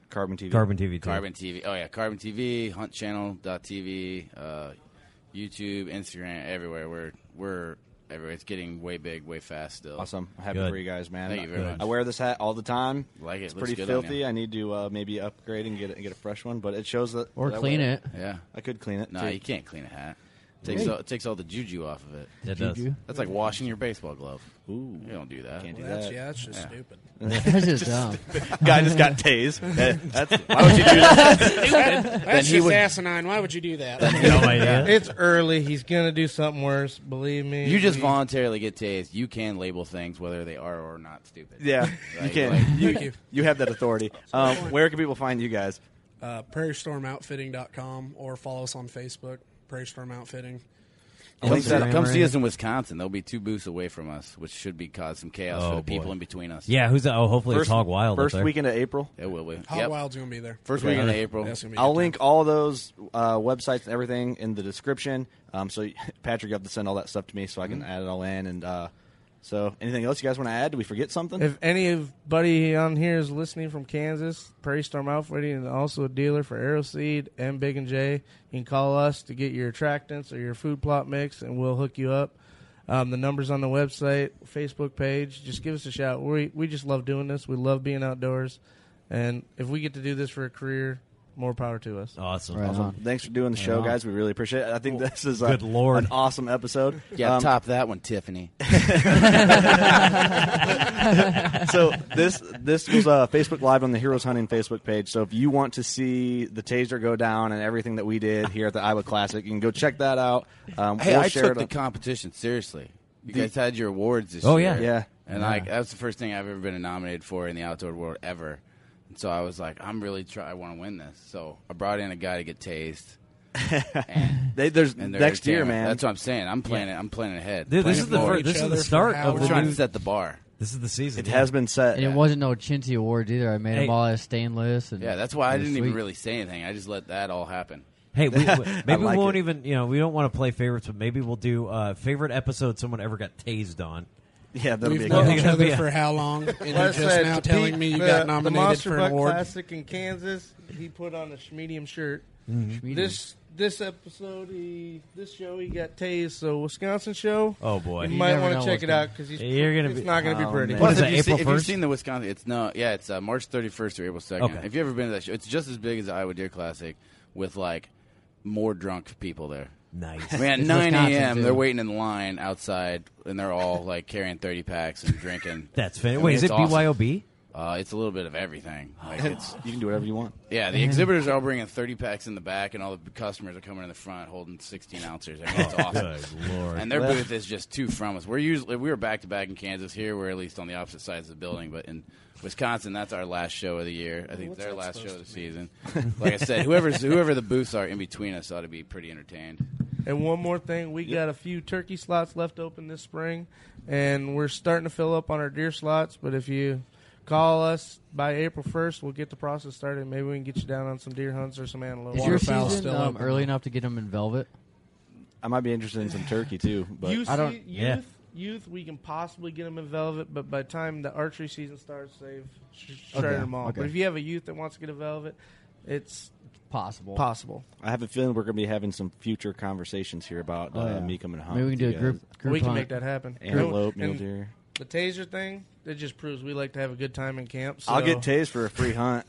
Speaker 1: Carbon TV.
Speaker 11: Carbon TV, too.
Speaker 12: Carbon TV. Oh, yeah. Carbon TV, huntchannel.tv, uh, YouTube, Instagram, everywhere. We're, we're everywhere. It's getting way big, way fast still.
Speaker 1: Awesome. I'm happy for you guys, man.
Speaker 12: Thank you very
Speaker 1: I,
Speaker 12: much.
Speaker 1: I wear this hat all the time.
Speaker 12: Like it.
Speaker 1: It's
Speaker 12: Looks
Speaker 1: pretty
Speaker 12: good on
Speaker 1: filthy. I need to uh, maybe upgrade and get it, get a fresh one, but it shows that.
Speaker 14: Or
Speaker 1: that I
Speaker 14: clean
Speaker 1: wear
Speaker 14: it.
Speaker 12: Yeah.
Speaker 1: I could clean it.
Speaker 12: No,
Speaker 1: too.
Speaker 12: you can't clean a hat. It takes,
Speaker 1: Hey.
Speaker 12: all, it takes all the juju off of it.
Speaker 11: It does. Juju?
Speaker 12: That's like washing your baseball glove.
Speaker 1: Ooh.
Speaker 12: You don't do that.
Speaker 1: Can't
Speaker 5: do Well, that's- that. yeah, that's just stupid.
Speaker 14: That's just dumb.
Speaker 1: Guy just got tased. That- that's- why would you do that?
Speaker 5: Stupid.
Speaker 1: Then
Speaker 5: That's
Speaker 1: he
Speaker 5: just
Speaker 1: would-
Speaker 5: asinine. Why would you do that?
Speaker 13: It's early. He's going to do something worse. Believe me.
Speaker 12: You just
Speaker 13: We-
Speaker 12: voluntarily get tased. You can label things whether they are or not stupid.
Speaker 1: Yeah, you
Speaker 12: Like-
Speaker 1: can.
Speaker 12: like-
Speaker 1: you, you have that authority. Um, where can people find you guys?
Speaker 5: Uh, prairiestormoutfitting.com or follow us on Facebook, Prairie Storm Outfitting.
Speaker 12: Come, see, come see us in Wisconsin. They'll be two booths away from us, which should be cause some chaos
Speaker 11: Oh,
Speaker 12: for the
Speaker 11: boy.
Speaker 12: people in between us.
Speaker 11: Yeah, who's that? Oh, hopefully it's
Speaker 1: First-
Speaker 11: Hog Wild. up
Speaker 1: First
Speaker 11: there.
Speaker 1: weekend of April.
Speaker 12: It will be.
Speaker 5: Hog Wild's going to be there.
Speaker 12: First
Speaker 1: Okay.
Speaker 12: weekend of April.
Speaker 5: That's gonna be a
Speaker 1: I'll
Speaker 5: good
Speaker 1: link all those uh, websites and everything in the description. Um, so Patrick, you have to send all that stuff to me so I
Speaker 12: Mm-hmm.
Speaker 1: can add it all in. And uh, so, anything else you guys want to add? Did we forget something?
Speaker 13: If anybody on here is listening from Kansas, Prairie Storm Outfitting is also a dealer for Arrowseed and Big and J. You can call us to get your attractants or your food plot mix, and we'll hook you up. Um, the numbers on the website, Facebook page. Just give us a shout. We we just love doing this. We love being outdoors, and if we get to do this for a career, more power to us.
Speaker 11: Awesome.
Speaker 1: Awesome. Thanks for doing the
Speaker 13: Right
Speaker 1: show,
Speaker 13: on.
Speaker 1: guys. We really appreciate it. I think this is uh,
Speaker 11: Good Lord.
Speaker 1: an awesome episode.
Speaker 12: Yeah,
Speaker 1: Um,
Speaker 12: top that one, Tiffany.
Speaker 1: so this this was uh, Facebook Live on the Heroes Hunting Facebook page. So if you want to see the taser go down and everything that we did here at the Iowa Classic, you can go check that out. Um,
Speaker 12: Hey,
Speaker 1: we'll
Speaker 12: I
Speaker 1: share
Speaker 12: took
Speaker 1: it
Speaker 12: the
Speaker 1: up-
Speaker 12: competition seriously. You
Speaker 1: The-
Speaker 12: guys had your awards this
Speaker 11: Oh,
Speaker 12: year.
Speaker 11: yeah. Yeah.
Speaker 12: And
Speaker 11: Yeah.
Speaker 12: like that was the first thing I've ever been nominated for in the outdoor world ever. And so I was like, I'm really try. I want to win this. So I brought in a guy to get tased. And,
Speaker 1: They- there's
Speaker 12: and they're
Speaker 1: next year,
Speaker 12: entertainment.
Speaker 1: man.
Speaker 12: That's what I'm saying. I'm planning. I'm planning ahead.
Speaker 11: Dude, this
Speaker 12: Planning
Speaker 11: is the
Speaker 12: forward.
Speaker 11: fir- this is the start of
Speaker 12: We're
Speaker 11: the
Speaker 12: trying
Speaker 11: new
Speaker 12: to set the bar.
Speaker 11: This is the season.
Speaker 1: It has been set.
Speaker 14: And it wasn't no chintzy awards either. I made
Speaker 11: Hey.
Speaker 14: them all out of stainless. And
Speaker 12: Yeah, that's why I
Speaker 14: it was
Speaker 12: didn't even
Speaker 14: sweet.
Speaker 12: really say anything. I just let that all happen.
Speaker 11: Hey, we, we-
Speaker 12: I
Speaker 11: maybe
Speaker 12: like
Speaker 11: we won't
Speaker 12: it.
Speaker 11: even. You know, we don't want to play favorites, but maybe we'll do uh, favorite episode someone ever got tased on.
Speaker 1: Yeah,
Speaker 5: that'll We've be a good known one. each other for how long? And you're
Speaker 13: Like I
Speaker 5: just now
Speaker 13: to
Speaker 5: telling
Speaker 13: beat
Speaker 5: me you
Speaker 13: uh, the-
Speaker 5: got
Speaker 13: the
Speaker 5: nominated
Speaker 13: Monster
Speaker 5: for an
Speaker 13: Buck
Speaker 5: award?
Speaker 13: Classic in Kansas. He put on a medium shirt.
Speaker 11: Mhm.
Speaker 14: Schmedium.
Speaker 13: This this episode, he this show, he got tased. So Wisconsin show.
Speaker 11: Oh, boy.
Speaker 13: you,
Speaker 11: You
Speaker 13: might
Speaker 11: never
Speaker 13: want
Speaker 11: know
Speaker 13: to check
Speaker 11: what's
Speaker 13: it
Speaker 11: gonna-
Speaker 13: out because he's
Speaker 11: You're gonna
Speaker 13: it's
Speaker 11: be- Oh,
Speaker 13: not going to be pretty.
Speaker 12: Plus, if, you see, if you've seen the Wisconsin, it's no, yeah, it's uh, March 31st or April 2nd.
Speaker 11: Okay.
Speaker 12: If you ever been to that show, it's just as big as the Iowa Deer Classic with like more drunk people there.
Speaker 11: Nice.
Speaker 12: I mean, at
Speaker 11: It's
Speaker 12: 9
Speaker 11: Wisconsin,
Speaker 12: a.m.,
Speaker 11: too.
Speaker 12: they're waiting in line outside, and they're all like carrying 30 packs and drinking.
Speaker 11: That's fan-
Speaker 12: I mean,
Speaker 11: Wait, is
Speaker 12: it's
Speaker 11: it
Speaker 12: awesome.
Speaker 11: BYOB?
Speaker 12: Uh, it's a little bit of everything. Like, it's
Speaker 1: you can do whatever you want.
Speaker 12: Yeah, the exhibitors are all bringing 30 packs in the back, and all the customers are coming in the front holding 16 ounces. I mean, it's
Speaker 11: Oh,
Speaker 12: awesome.
Speaker 11: good lord.
Speaker 12: And their
Speaker 11: Well-
Speaker 12: booth is just two from us. We're usually we were back to back in Kansas. Here we're at least on the opposite sides of the building, but in Wisconsin, that's our last show of the year. I think
Speaker 5: What's
Speaker 12: their
Speaker 5: that
Speaker 12: last show of
Speaker 5: supposed
Speaker 12: the season. like I said, whoever's whoever the booths are in between us ought to be pretty entertained.
Speaker 13: And one more thing, we got a few turkey slots left open this spring, and we're starting to fill up on our deer slots. But if you call us by April first, we'll get the process started. Maybe we can get you down on some deer hunts or some antelope.
Speaker 14: Is your season um, early enough to get them in velvet?
Speaker 1: I might be interested in some turkey too, but
Speaker 13: You
Speaker 14: I don't.
Speaker 13: see youth youth, we can possibly get them involved. But by the time the archery season starts, they've sh- shredded
Speaker 1: Okay,
Speaker 13: them all. But
Speaker 1: okay.
Speaker 13: if you have a youth that wants to get involved, it's
Speaker 14: possible.
Speaker 13: Possible.
Speaker 1: I have a feeling we're going to be having some future conversations here about
Speaker 13: Oh,
Speaker 1: uh,
Speaker 13: yeah.
Speaker 1: me coming home.
Speaker 14: Maybe we can do a group-
Speaker 13: we can make that happen.
Speaker 1: Antelope, mule
Speaker 13: And
Speaker 1: deer.
Speaker 13: The taser thing, it just proves we like to have a good time in camp. So.
Speaker 1: I'll get tased for a free hunt.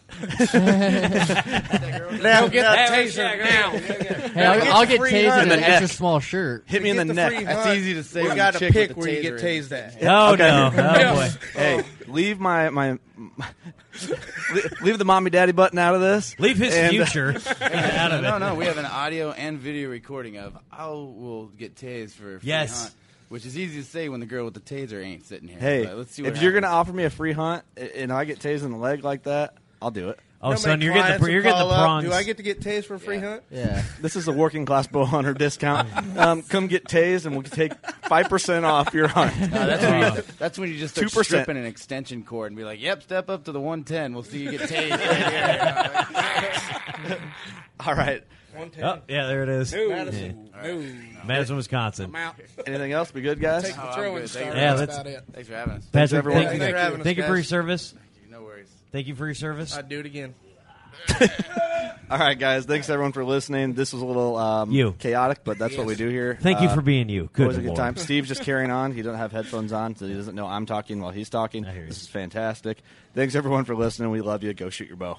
Speaker 13: now get
Speaker 1: Hey,
Speaker 13: the taser
Speaker 1: yeah, go
Speaker 13: now.
Speaker 1: get it. Hey,
Speaker 13: Now
Speaker 14: I'll-
Speaker 13: get
Speaker 14: I'll
Speaker 13: the
Speaker 14: get
Speaker 13: free
Speaker 14: tased
Speaker 13: hunt.
Speaker 14: in an extra
Speaker 11: Oh,
Speaker 14: small shirt.
Speaker 1: Hit me
Speaker 13: To
Speaker 1: in
Speaker 13: get
Speaker 1: the
Speaker 13: free
Speaker 1: neck.
Speaker 13: hunt, We got to pick where you get tased at.
Speaker 1: Yeah, okay.
Speaker 13: Yes.
Speaker 1: Hey, leave my my le- leave the mommy daddy button out of this.
Speaker 11: Leave Oh,
Speaker 1: And-
Speaker 12: No, no, we have an audio and video recording of I will get tased for a free
Speaker 1: Yes.
Speaker 12: hunt, which is easy to say when the girl with the taser ain't sitting here.
Speaker 1: Hey,
Speaker 12: but let's see. What
Speaker 1: if you're
Speaker 12: happens.
Speaker 1: gonna offer me a free hunt a- and I get tased in the leg like that, I'll do it.
Speaker 11: Oh, son, you're getting the pr- you're getting the prongs.
Speaker 13: Do I get to get tased for a free hunt?
Speaker 1: This is a working class bow hunter discount. Um, come get tased, and we'll take five percent off your hunt.
Speaker 12: No, that's, when you, that's when you just start
Speaker 1: 2%.
Speaker 12: stripping an extension cord and be like, "Yep, step up to the 110. We'll see you get tased." right here."
Speaker 1: All right.
Speaker 11: Oh, yeah, there it is.
Speaker 1: No.
Speaker 11: Madison.
Speaker 1: No. All right.
Speaker 11: Madison, Wisconsin.
Speaker 1: Anything else? Be good, guys.
Speaker 12: Take the throw and start.
Speaker 11: Yeah, That's that's- about it.
Speaker 12: Thanks for having us.
Speaker 11: Patrick,
Speaker 1: everyone.
Speaker 11: thank you,
Speaker 1: Thank you.
Speaker 11: Thank you for your
Speaker 1: Guys.
Speaker 11: service.
Speaker 12: No worries.
Speaker 11: Thank you for your service.
Speaker 13: I'd do it again.
Speaker 1: All right, guys. Thanks everyone for listening. This was a little um,
Speaker 11: You.
Speaker 1: chaotic, but that's what we do here.
Speaker 11: Thank you for being you. Good
Speaker 1: always uh, a good
Speaker 11: Lord.
Speaker 1: time. Steve's just carrying on. He doesn't have headphones on, so he doesn't know I'm talking while he's talking. This is fantastic. Thanks everyone for listening. We love you. Go shoot your bow.